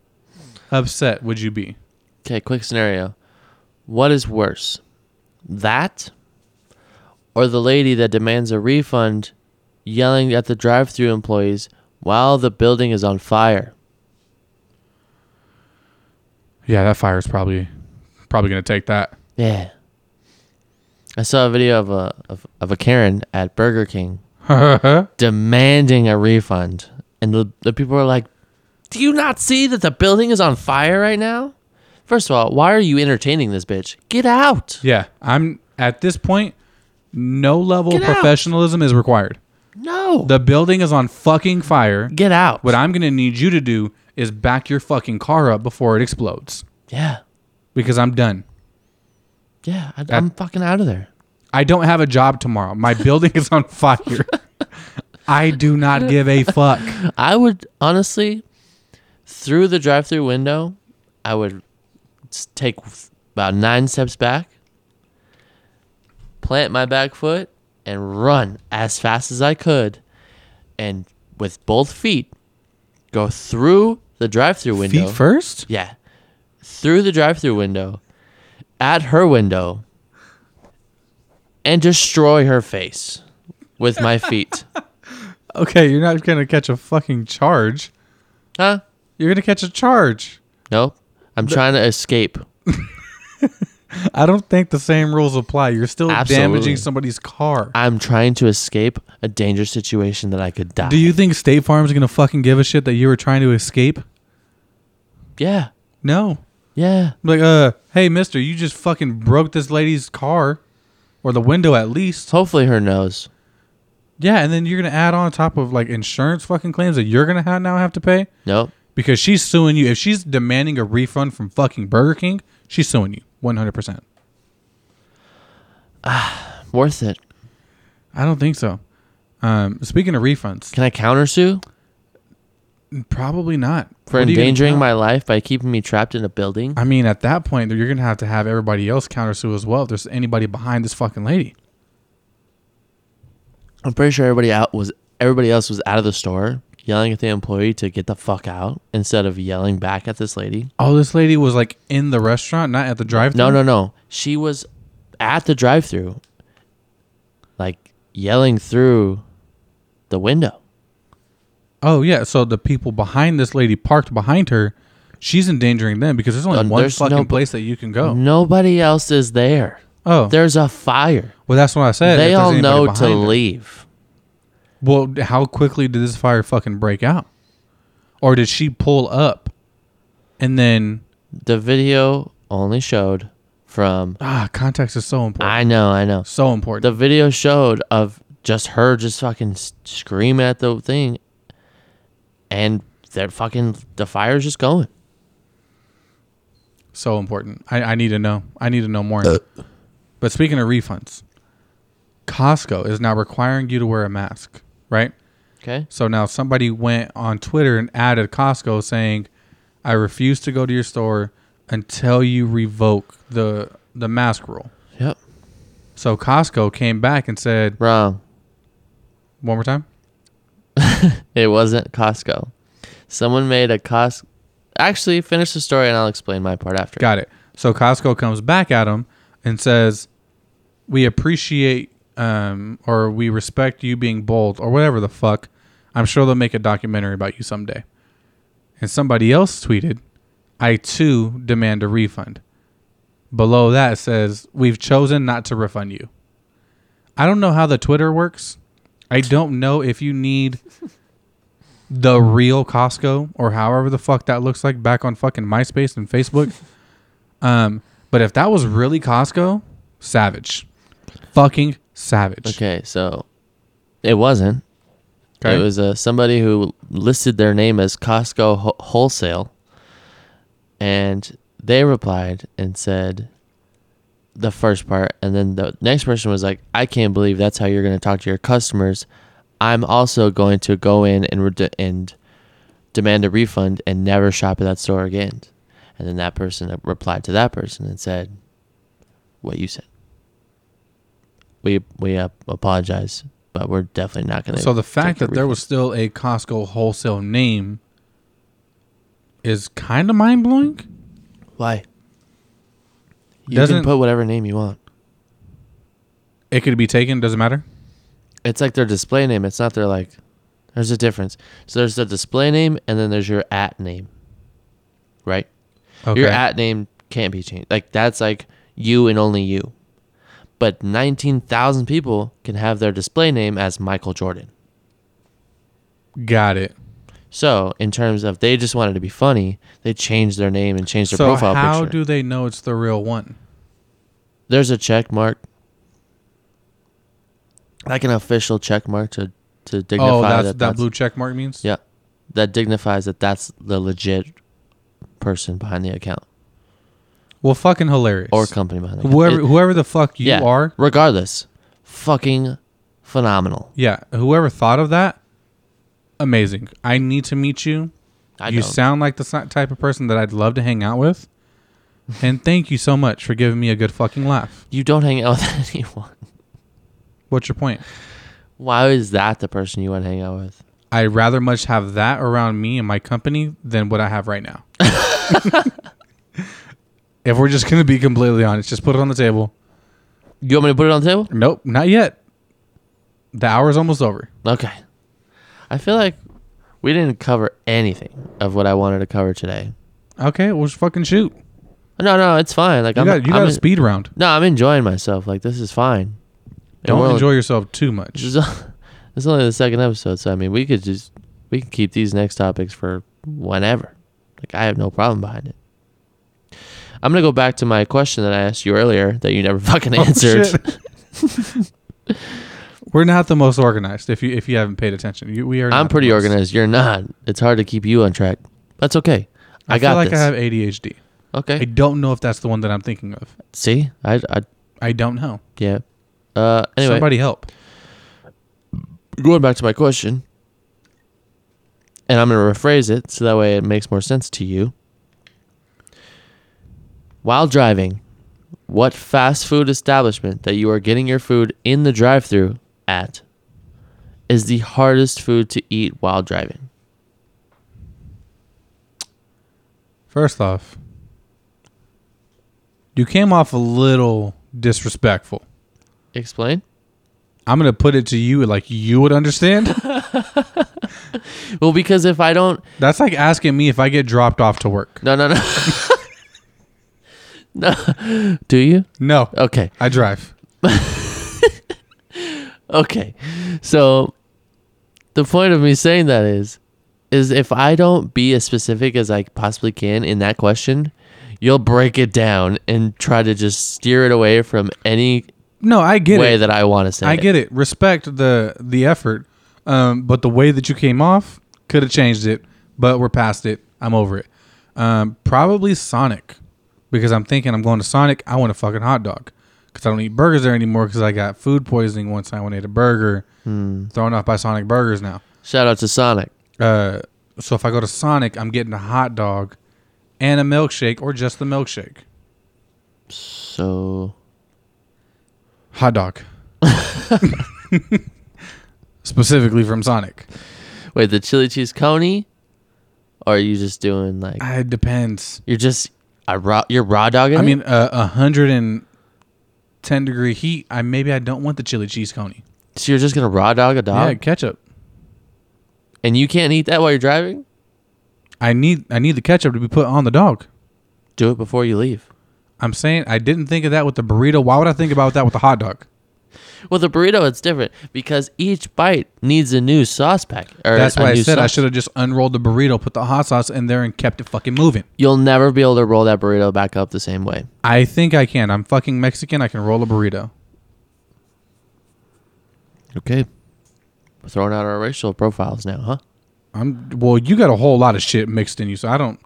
upset would you be? Okay. Quick scenario. What is worse, that, or the lady that demands a refund, yelling at the drive-through employees while the building is on fire? Yeah, that fire is probably probably gonna take that. Yeah. I saw a video of a of, of a Karen at Burger King demanding a refund. And the, the people are like, Do you not see that the building is on fire right now? First of all, why are you entertaining this bitch? Get out. Yeah, I'm at this point. No level of Get out. professionalism is required. No. The building is on fucking fire. Get out. What I'm gonna need you to do is back your fucking car up before it explodes, yeah. because I'm done. Yeah. I, I'm fucking out of there. I don't have a job tomorrow. My building is on fire. I do not give a fuck. I would honestly, through the drive-through window, I would s- take about nine steps back, plant my back foot, and run as fast as I could, and with both feet, go through the drive-through window. Feet first? Yeah. Through the drive through window, at her window, and destroy her face with my feet. Okay, you're not gonna catch a fucking charge. huh? You're gonna catch a charge. Nope. I'm trying to escape. I don't think the same rules apply. You're still Absolutely. damaging somebody's car. I'm trying to escape a dangerous situation that I could die. Do you think State Farm's gonna fucking give a shit that you were trying to escape? yeah. No. Yeah. Like, uh, hey, mister, you just fucking broke this lady's car or the window at least. Hopefully her nose. Yeah, and then you're gonna add on top of like insurance fucking claims that you're gonna ha- now have to pay Nope. because she's suing you. If she's demanding a refund from fucking Burger King, she's suing you 100%. Worth it. I don't think so. Um, speaking of refunds, Can I countersue probably not. for What are you gonna endangering count- my life by keeping me trapped in a building? I mean, at that point, you're gonna have to have everybody else countersue as well. If there's anybody behind this fucking lady, I'm pretty sure everybody out was everybody else was out of the store yelling at the employee to get the fuck out instead of yelling back at this lady. oh, this lady was like in the restaurant, not at the drive-thru. No, no, no. She was at the drive-through like yelling through the window. Oh yeah, so the people behind this lady parked behind her. She's endangering them because there's only Uh, one there's fucking no- Mm-hmm. place that you can go. Nobody else is there. oh, There's a fire. well, that's what I said. if they there's all anybody know to behind her. leave. Well, how quickly did this fire fucking break out? Or did she pull up and then The video only showed from ah, context is so important. I know, I know. so important. the video showed of just her just fucking s- screaming at the thing and they're fucking the fire's just going so important. I, I need to know. I need to know more. Uh. but speaking of refunds, Costco is now requiring you to wear a mask, right? okay So now somebody went on Twitter and added Costco saying, "I refuse to go to your store until you revoke the the mask rule." yep So Costco came back and said, wrong "One more time." it wasn't costco someone made a cost actually finish the story and i'll explain my part after Got it. So Costco comes back at him and says, "We appreciate um, or we respect you being bold or whatever the fuck." I'm sure they'll make a documentary about you someday. And somebody else tweeted, "I too demand a refund." Below that it says, "We've chosen not to refund you." I don't know how the Twitter works. I don't know if you need the real Costco or however the fuck that looks like back on fucking MySpace and Facebook. um, but if that was really Costco, savage, fucking savage. okay so it wasn't it was uh, somebody who listed their name as costco Wh- wholesale and they replied and said the first part and then the next person was like i can't believe that's how you're going to talk to your customers i'm also going to go in and re- and demand a refund and never shop at that store again and then that person uh, replied to that person and said what you said we we uh, apologize but we're definitely not going to So the fact take a that there was still a Costco wholesale name is kind of mind blowing. Why? You Doesn't- can put whatever name you want. It could be taken. Doesn't matter. It's like their display name. It's not their like. There's a difference. So there's the display name, and then there's your at name. Right. Okay. Your at name can't be changed. Like that's like you and only you. But nineteen thousand people can have their display name as Michael Jordan. Got it. So, in terms of they just wanted to be funny, they changed their name and changed their So profile how picture. do they know it's the real one? There's a check mark, like an official check mark to to dignify Oh, that's, that that that's- blue check mark means. Yeah, that dignifies that that's the legit person behind the account Well, fucking hilarious. or company behind the account. whoever It- whoever the fuck you yeah, are, regardless, fucking phenomenal. yeah, whoever thought of that, amazing. I need to meet you. I you don't. sound like the si- type of person that I'd love to hang out with. and thank you so much for giving me a good fucking laugh. you don't hang out with anyone. What's your point? Why is that the person you want to hang out with? I rather much have that around me and my company than what I have right now. if we're just gonna be completely honest, just put it on the table. You want me to put it on the table? Nope, not yet. The hour's almost over. Okay. I feel like we didn't cover anything of what I wanted to cover today. Okay, we'll just fucking shoot. No, no, it's fine. Like You I'm, got you I'm got a en- speed round. No, I'm enjoying myself. Like this is fine. And Don't we're- enjoy yourself too much. This is, this is only the second episode, so I mean, we could just we can keep these next topics for whenever. Like I have no problem behind it. I'm gonna go back to my question that I asked you earlier that you never fucking Oh, answered. shit. We're not the most organized. If you if you haven't paid attention, you, we are. I'm not the pretty most. organized. You're not. It's hard to keep you on track. That's okay. I, I, got feel like this. I have ADHD. okay. I don't know if that's the one that I'm thinking of. See, I, I, I don't know. yeah. Uh, anyway, Somebody help. going back to my question, and I'm going to rephrase it so that way it makes more sense to you. While driving, what fast food establishment that you are getting your food in the drive through at is the hardest food to eat while driving? First off, you came off a little disrespectful. Explain. I'm gonna put it to you like you would understand. Well, because if I don't, that's like asking me if I get dropped off to work. no, no, no. no. Do you? No, Okay. I drive. Okay. So the point of me saying that is is if I don't be as specific as I possibly can in that question, you'll break it down and try to just steer it away from any No, I get way it. that I want to say I it. get it. Respect the the effort, um, but the way that you came off could have changed it. But we're past it. I'm over it. Um, probably Sonic, because I'm thinking I'm going to Sonic. I want a fucking hot dog because I don't eat burgers there anymore because I got food poisoning once I went and ate a burger. Thrown off by Sonic burgers now. Shout out to Sonic. Uh, so if I go to Sonic, I'm getting a hot dog and a milkshake or just the milkshake. So Hot dog. Specifically from Sonic. wait, the chili cheese coney? Or are you just doing like Uh, It depends. you're just I raw you're raw dogging? I it? mean, uh, a hundred and ten degree heat. I maybe I don't want the chili cheese coney. so you're just gonna raw dog a dog Yeah, ketchup. and you can't eat that while you're driving? I need I need the ketchup to be put on the dog. Do it before you leave. I'm saying I didn't think of that with the burrito. Why would I think about that with the hot dog? Well, the burrito it's different because each bite needs a new sauce pack. Or That's a why I new said I sauce. should have just unrolled the burrito, put the hot sauce in there, and kept it fucking moving. You'll never be able to roll that burrito back up the same way. I think I can. I'm fucking Mexican. I can roll a burrito. Okay. We're throwing out our racial profiles now, huh? I'm well. You got a whole lot of shit mixed in you, so I don't.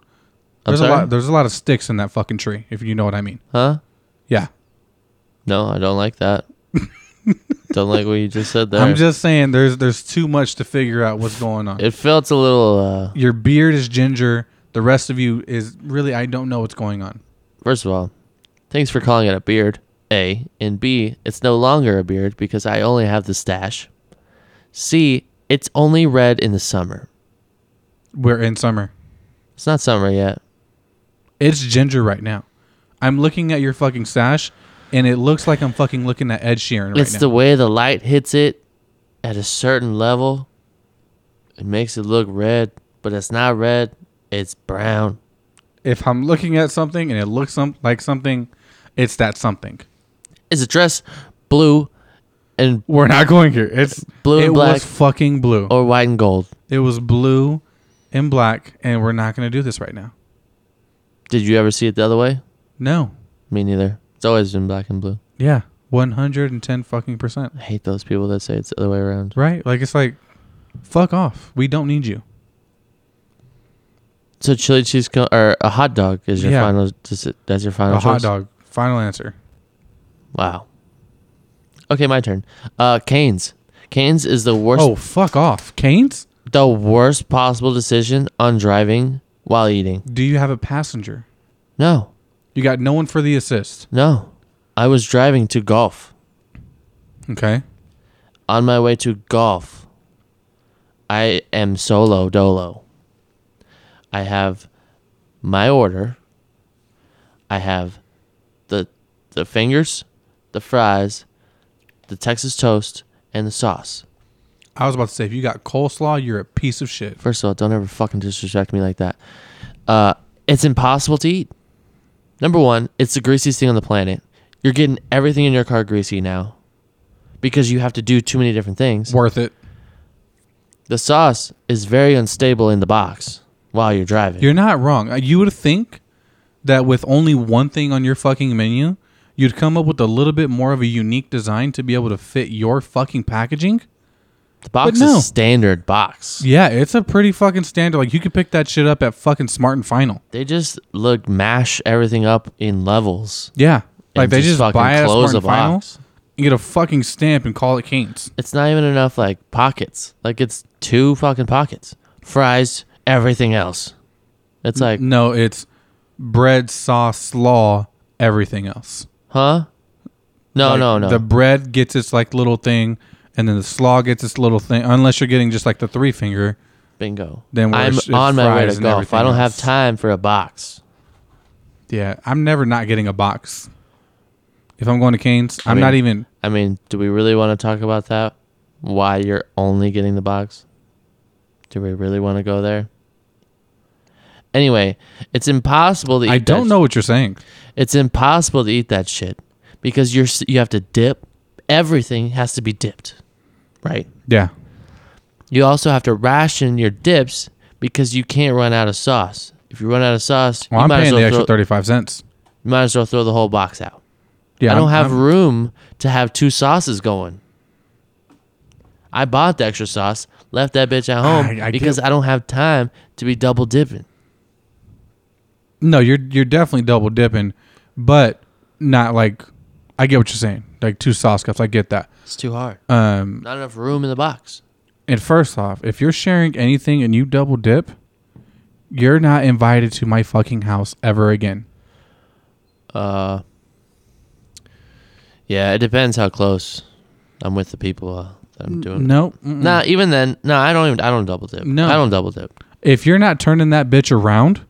I'm There's a sorry? lot. There's a lot of sticks in that fucking tree, if you know what I mean. Huh? Yeah. No, I don't like that. don't like what you just said there. I'm just saying there's there's too much to figure out what's going on. it felt a little. Uh, Your beard is ginger. The rest of you is really I don't know what's going on. first of all, thanks for calling it a beard. A and B, it's no longer a beard because I only have the stash. C, it's only red in the summer. We're in summer. It's not summer yet. It's ginger right now. I'm looking at your fucking sash and it looks like I'm fucking looking at Ed Sheeran right it's now. the way the light hits it at a certain level. It makes it look red, but it's not red. It's brown. if I'm looking at something and it looks some, like something, it's that something. Is a dress blue and We're not going here. It's Blue It and black. Oh. was fucking blue. or white and gold? It was blue in black, and we're not going to do this right now. Did you ever see it the other way? No. Me neither. It's always been black and blue. Yeah. 110 fucking percent. I hate those people that say it's the other way around. Right? Like, it's like, fuck off. We don't need you. So chili cheese co- or a hot dog is your Yeah. final. Just, that's your final. A hot choice? dog. Final answer. Wow. Okay, my turn. Uh, Canes. Canes is the worst. Oh, fuck off. Canes? The worst possible decision on driving while eating. Do you have a passenger? No, You got no one for the assist. no. I was driving to golf. Okay. On my way to golf, I am solo dolo. I have my order. I have the the fingers, the fries, the Texas toast, and the sauce. I was about to say, if you got coleslaw, you're a piece of shit. First of all, don't ever fucking disrespect me like that. Uh, it's impossible to eat. Number one, it's the greasiest thing on the planet. You're getting everything in your car greasy now because you have to do too many different things. Worth it. The sauce is very unstable in the box while you're driving. You're not wrong. Uh, You would think that with only one thing on your fucking menu, you'd come up with a little bit more of a unique design to be able to fit your fucking packaging. the box no. is standard box. Yeah, it's a pretty fucking standard. Like you could pick that shit up at fucking Smart and Final. They just look mash everything up in levels. Yeah, like and they just, fucking buy it at Smart close a and Final box. and get a fucking stamp and call it Canes. It's not even enough like pockets. Like it's two fucking pockets. Fries, everything else. It's like No, it's bread, sauce, slaw, everything else. Huh? No, Like, no, no. The bread gets its like little thing, and then the slaw gets its little thing. Unless you're getting just like the three finger. Bingo. Then we're I'm sh- on my way fries to and golf. everything I don't have else. time for a box. Yeah, I'm never not getting a box. If I'm going to Canes, I'm mean- not even. I mean, do we really want to talk about that? Why you're only getting the box? Do we really want to go there? Anyway, it's impossible to eat I that don't know what you're saying. It's impossible to eat that shit because you're s- you have to dip. Everything has to be dipped. Right? Yeah, You also have to ration your dips because you can't run out of sauce. If you run out of sauce, well, you I'm might as paying well the extra throw- thirty-five cents. You might as well throw the whole box out. Yeah, I don't I'm- have I'm- room to have two sauces going. I bought the extra sauce, left that bitch at home I- I because get- I don't have time to be double dipping. no, you're you're definitely double dipping, but not like. I get what you're saying. Like two sauce cups, I get that. It's too hard. Um, Not enough room in the box. and first off, if you're sharing anything and you double dip, you're not invited to my fucking house ever again. Uh, yeah, it depends how close I'm with the people uh, that I'm doing. No, mm-mm. Mm. Nah, even then, no, I don't even. I don't double dip. No. I don't double dip. If you're not turning that bitch around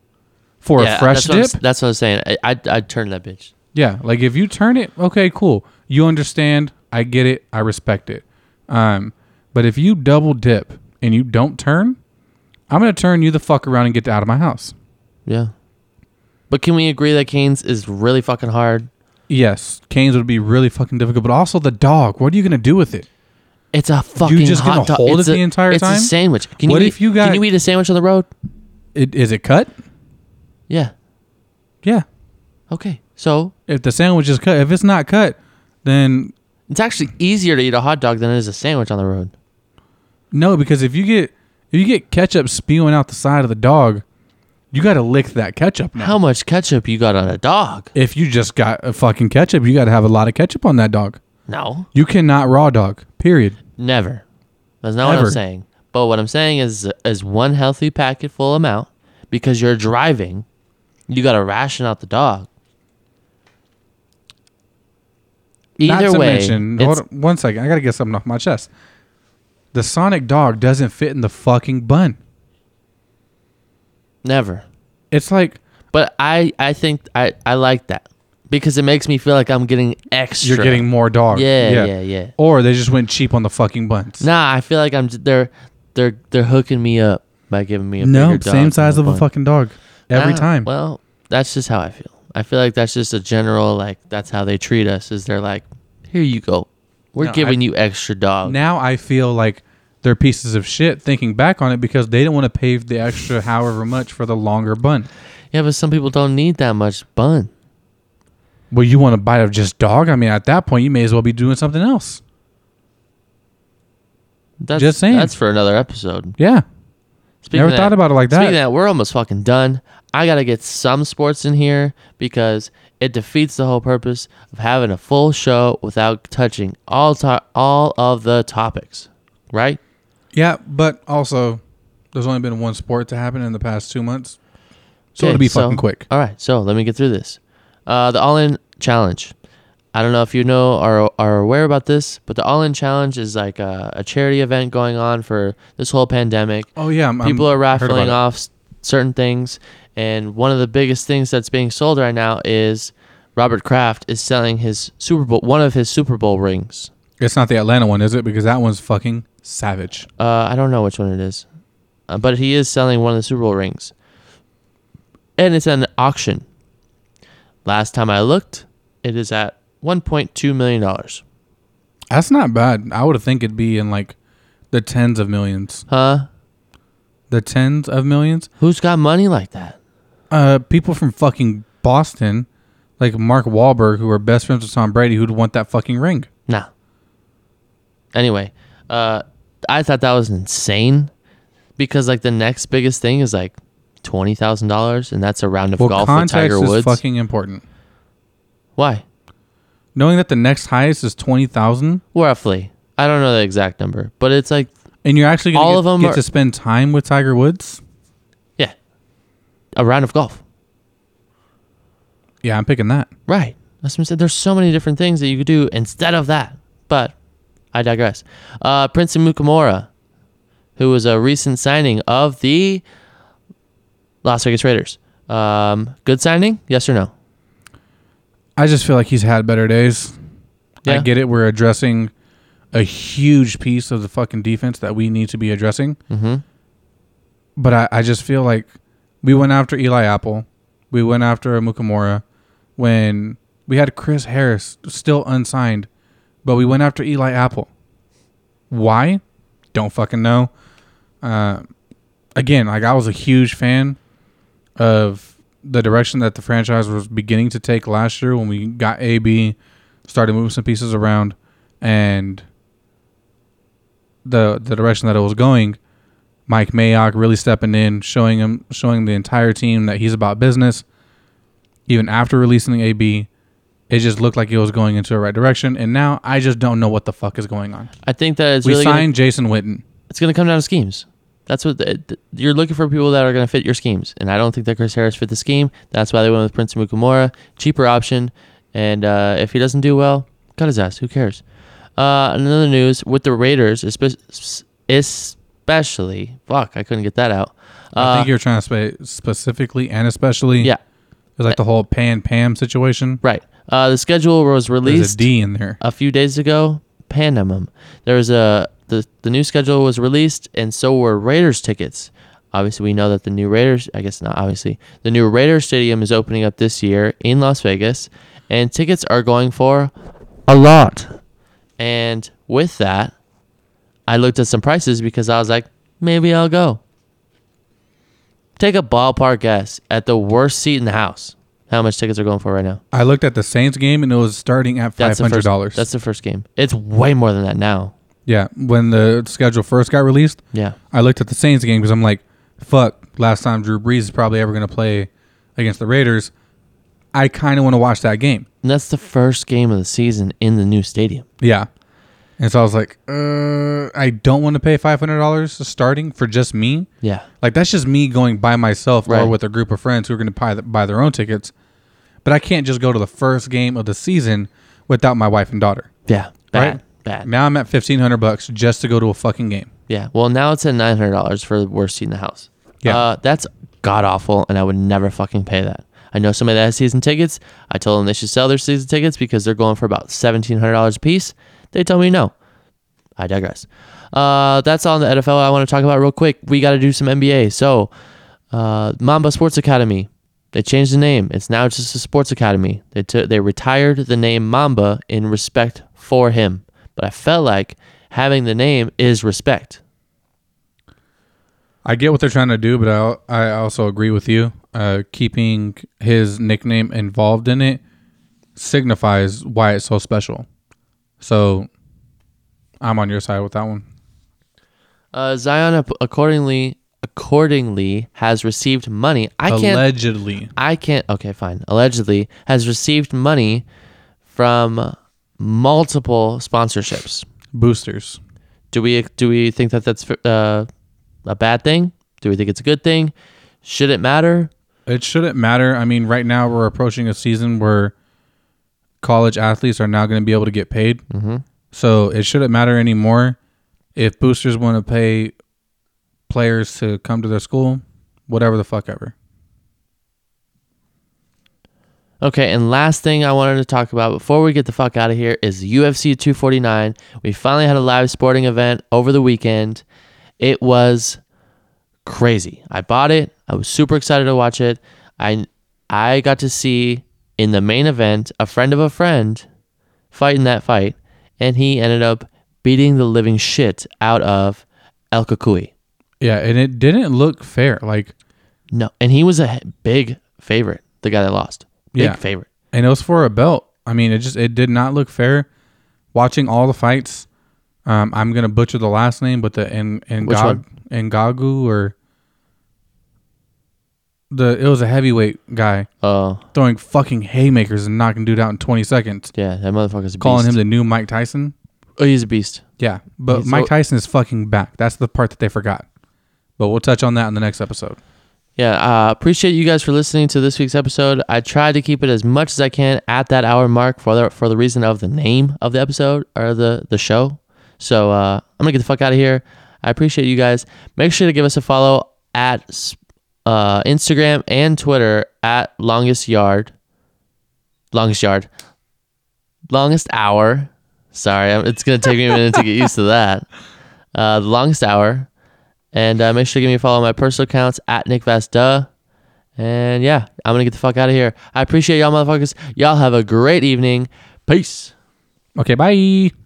for Yeah, a fresh that's what I'm dip, s- that's what I'm saying. I I I'd turn that bitch. Yeah, like if you turn it, okay, cool. You understand. I get it. I respect it. Um, but if you double dip and you don't turn, I'm gonna turn you the fuck around and get out of my house. Yeah. But can we agree that Canes is really fucking hard? Yes, canes would be really fucking difficult. But also the dog. What are you gonna do with it? It's a fucking just hot gonna dog. hold it's it a- the entire it's time? a sandwich. Can What you if eat, you Can got- you eat a sandwich on the road? it? Is it cut? Yeah. Yeah. Okay. So If the sandwich is cut, if it's not cut, then it's actually easier to eat a hot dog than it is a sandwich on the road. no. Because if you get if you get ketchup spewing out the side of the dog, you got to lick that ketchup now. How much ketchup you got on a dog? if you just got a fucking ketchup, you got to have a lot of ketchup on that dog. No, You cannot raw dog. Period. never. That's not what Never. I'm saying. But what I'm saying is is one healthy packet full amount because you're driving. You got to ration out the dog. Either Not to way, mention, it's- hold on one second. I gotta get something off my chest. The Sonic dog doesn't fit in the fucking bun. never. It's like But I, I think I, I like that because it makes me feel like I'm getting extra. you're getting more dog. Yeah, yeah, yeah. Or they just went cheap on the fucking buns. Nah, I feel like I'm. j- They're, they're, they're hooking me up by giving me a no, bigger dog same than size of a bun. fucking dog every Nah, time. Ah, Well, that's just how I feel. I feel like that's just a general like that's how they treat us. Is they're like, here you go, we're No, I- giving you extra dog. Now I feel like they're pieces of shit thinking back on it because they don't want to pay the extra however much for the longer bun. Yeah, but some people don't need that much bun. Well, you want a bite of just dog? I mean, at that point, you may as well be doing something else. That's, Just saying. That's for another episode. Yeah. Speaking Never of thought that- about it like Speaking of that. that, we're almost fucking done. I gotta get some sports in here because it defeats the whole purpose of having a full show without touching all to- all of the topics, right? Yeah, but also, there's only been one sport to happen in the past two months. So Okay, it'll be so- fucking quick. All right, so let me get through this. Uh, the All In Challenge. I don't know if you know or are aware about this, but the All In Challenge is like a, a charity event going on for this whole pandemic. Oh, yeah. I'm, People I'm- are heard about raffling it. off s- certain things, and one of the biggest things that's being sold right now is Robert Kraft is selling his Super Bowl one of his Super Bowl rings. It's not the Atlanta one, is it? Because that one's fucking savage. Uh, I don't know which one it is, uh, but he is selling one of the Super Bowl rings, and it's at an auction. Last time I looked, it is at one point two million dollars. That's not bad. I would think it'd be in like the tens of millions. Huh? The tens of millions? Who's got money like that? Uh, people from fucking Boston, like Mark Wahlberg, who are best friends with Tom Brady, who'd want that fucking ring. Nah. Anyway, uh, I thought that was insane because like the next biggest thing is like twenty thousand dollars, and that's a round of Well, golf with context Tiger is Woods. fucking important. Why? Knowing that the next highest is twenty thousand, Roughly. I don't know the exact number, but it's like and you're actually gonna All get, of 'em get are- to spend time with Tiger Woods. yeah, a round of golf. Yeah, I'm picking that. Right. That's what I'm saying. There's so many different things that you could do instead of that. But I digress. Uh, Prince Mukamura, who was a recent signing of the Las Vegas Raiders. Um, good signing? Yes or no? I just feel like he's had better days. I get it. We're addressing a huge piece of the fucking defense that we need to be addressing. Mm-hmm. But I, I just feel like we went after Eli Apple. We went after Mukamura when we had Chris Harris still unsigned, but we went after Eli Apple. Why? Don't fucking know. Uh, again, like I was a huge fan of the direction that the franchise was beginning to take last year when we got AB, started moving some pieces around, and the the direction that it was going. Mike Mayock really stepping in, showing him, showing the entire team that he's about business. Even after releasing AB, it just looked like it was going into the right direction. And now I just don't know what the fuck is going on. I think that it's we really signed Jason Witten. Gonna, it's going to come down to schemes. That's what the, th- you're looking for people that are going to fit your schemes, and I don't think that Chris Harris fit the scheme. That's why they went with Prince Mukamura, cheaper option. And uh, if he doesn't do well, cut his ass. Who cares? Uh, another news with the Raiders, espe- s- especially fuck, I couldn't get that out. I Uh, think you're trying to say specifically and especially. yeah, It's like the whole Pan Pam situation. right. Uh, the schedule was There's a released. D in there. a few days ago, pandemon. There was a the, the new schedule was released, and so were Raiders tickets. Obviously, we know that the new Raiders, I guess not obviously, the new Raiders stadium is opening up this year in Las Vegas, and tickets are going for a lot. And with that, I looked at some prices because I was like, maybe I'll go. Take a ballpark guess at the worst seat in the house. How much tickets are going for right now? I looked at the Saints game and it was starting at five That's the hundred first- dollars. That's the first game. It's way more than that now. Yeah, when the schedule first got released, Yeah. I looked at the Saints game because I'm like, fuck, last time Drew Brees is probably ever going to play against the Raiders. I kind of want to watch that game. And that's the first game of the season in the new stadium. Yeah. And so I was like, uh, I don't want to pay $500 starting for just me. Yeah. Like, that's just me going by myself Right. or with a group of friends who are going to buy, the, buy their own tickets. But I can't just go to the first game of the season without my wife and daughter. Yeah. Bad. Right? Bad. Now I'm at 1500 bucks just to go to a fucking game. Yeah. Well, now it's at nine hundred dollars for the worst seat in the house. Yeah. Uh, that's god awful, and I would never fucking pay that. I know somebody that has season tickets. I told them they should sell their season tickets because they're going for about seventeen hundred dollars a piece. They told me no. I digress. Uh, that's all in the NFL I want to talk about real quick. We got to do some NBA. So, uh, Mamba Sports Academy. They changed the name. It's now just a sports academy. They took they retired the name Mamba in respect for him. But I felt like having the name is respect. I get what they're trying to do, but I I also agree with you. Uh, keeping his nickname involved in it signifies why it's so special. So I'm on your side with that one. Uh, Zion ap- accordingly accordingly has received money. I can't Allegedly, I can't. Okay, fine. Allegedly has received money from multiple sponsorships. boosters. Do we do we think that that's uh, a bad thing? Do we think it's a good thing? Should it matter? It shouldn't matter. I mean, right now we're approaching a season where college athletes are now going to be able to get paid. Mm-hmm. So it shouldn't matter anymore. If boosters want to pay players to come to their school, whatever the fuck ever. Okay, and last thing I wanted to talk about before we get the fuck out of here is UFC 249. We finally had a live sporting event over the weekend. It was crazy. I bought it. I was super excited to watch it. I I got to see in the main event a friend of a friend fighting that fight, and he ended up beating the living shit out of El Kakui. Yeah, and it didn't look fair. Like, No, and he was a he- big favorite. The guy that lost, big Yeah. favorite. and it was for a belt. I mean, it just it did not look fair. Watching all the fights, um, I'm gonna butcher the last name, but the and and Which one? Gog and Gagu or the it was a heavyweight guy Oh throwing fucking haymakers and knocking dude out in 20 seconds, yeah, that motherfucker's a calling beast. him the new Mike Tyson. Oh, he's a beast. Yeah, but He's Mike so- Tyson is fucking back. That's the part that they forgot. But we'll touch on that in the next episode. Yeah, uh, appreciate you guys for listening to this week's episode. I tried to keep it as much as I can at that hour mark for the for the reason of the name of the episode or the the show. So uh, I'm gonna get the fuck out of here. I appreciate you guys. Make sure to give us a follow at s- uh, Instagram and Twitter at longest yard, longest yard, longest hour. Sorry, I'm- it's gonna take me a minute to get used to that. Uh, the longest hour. And uh, make sure to give me a follow on my personal accounts at Nick Vasta. And yeah, I'm gonna get the fuck out of here. I appreciate y'all motherfuckers. Y'all have a great evening. Peace. Okay, bye.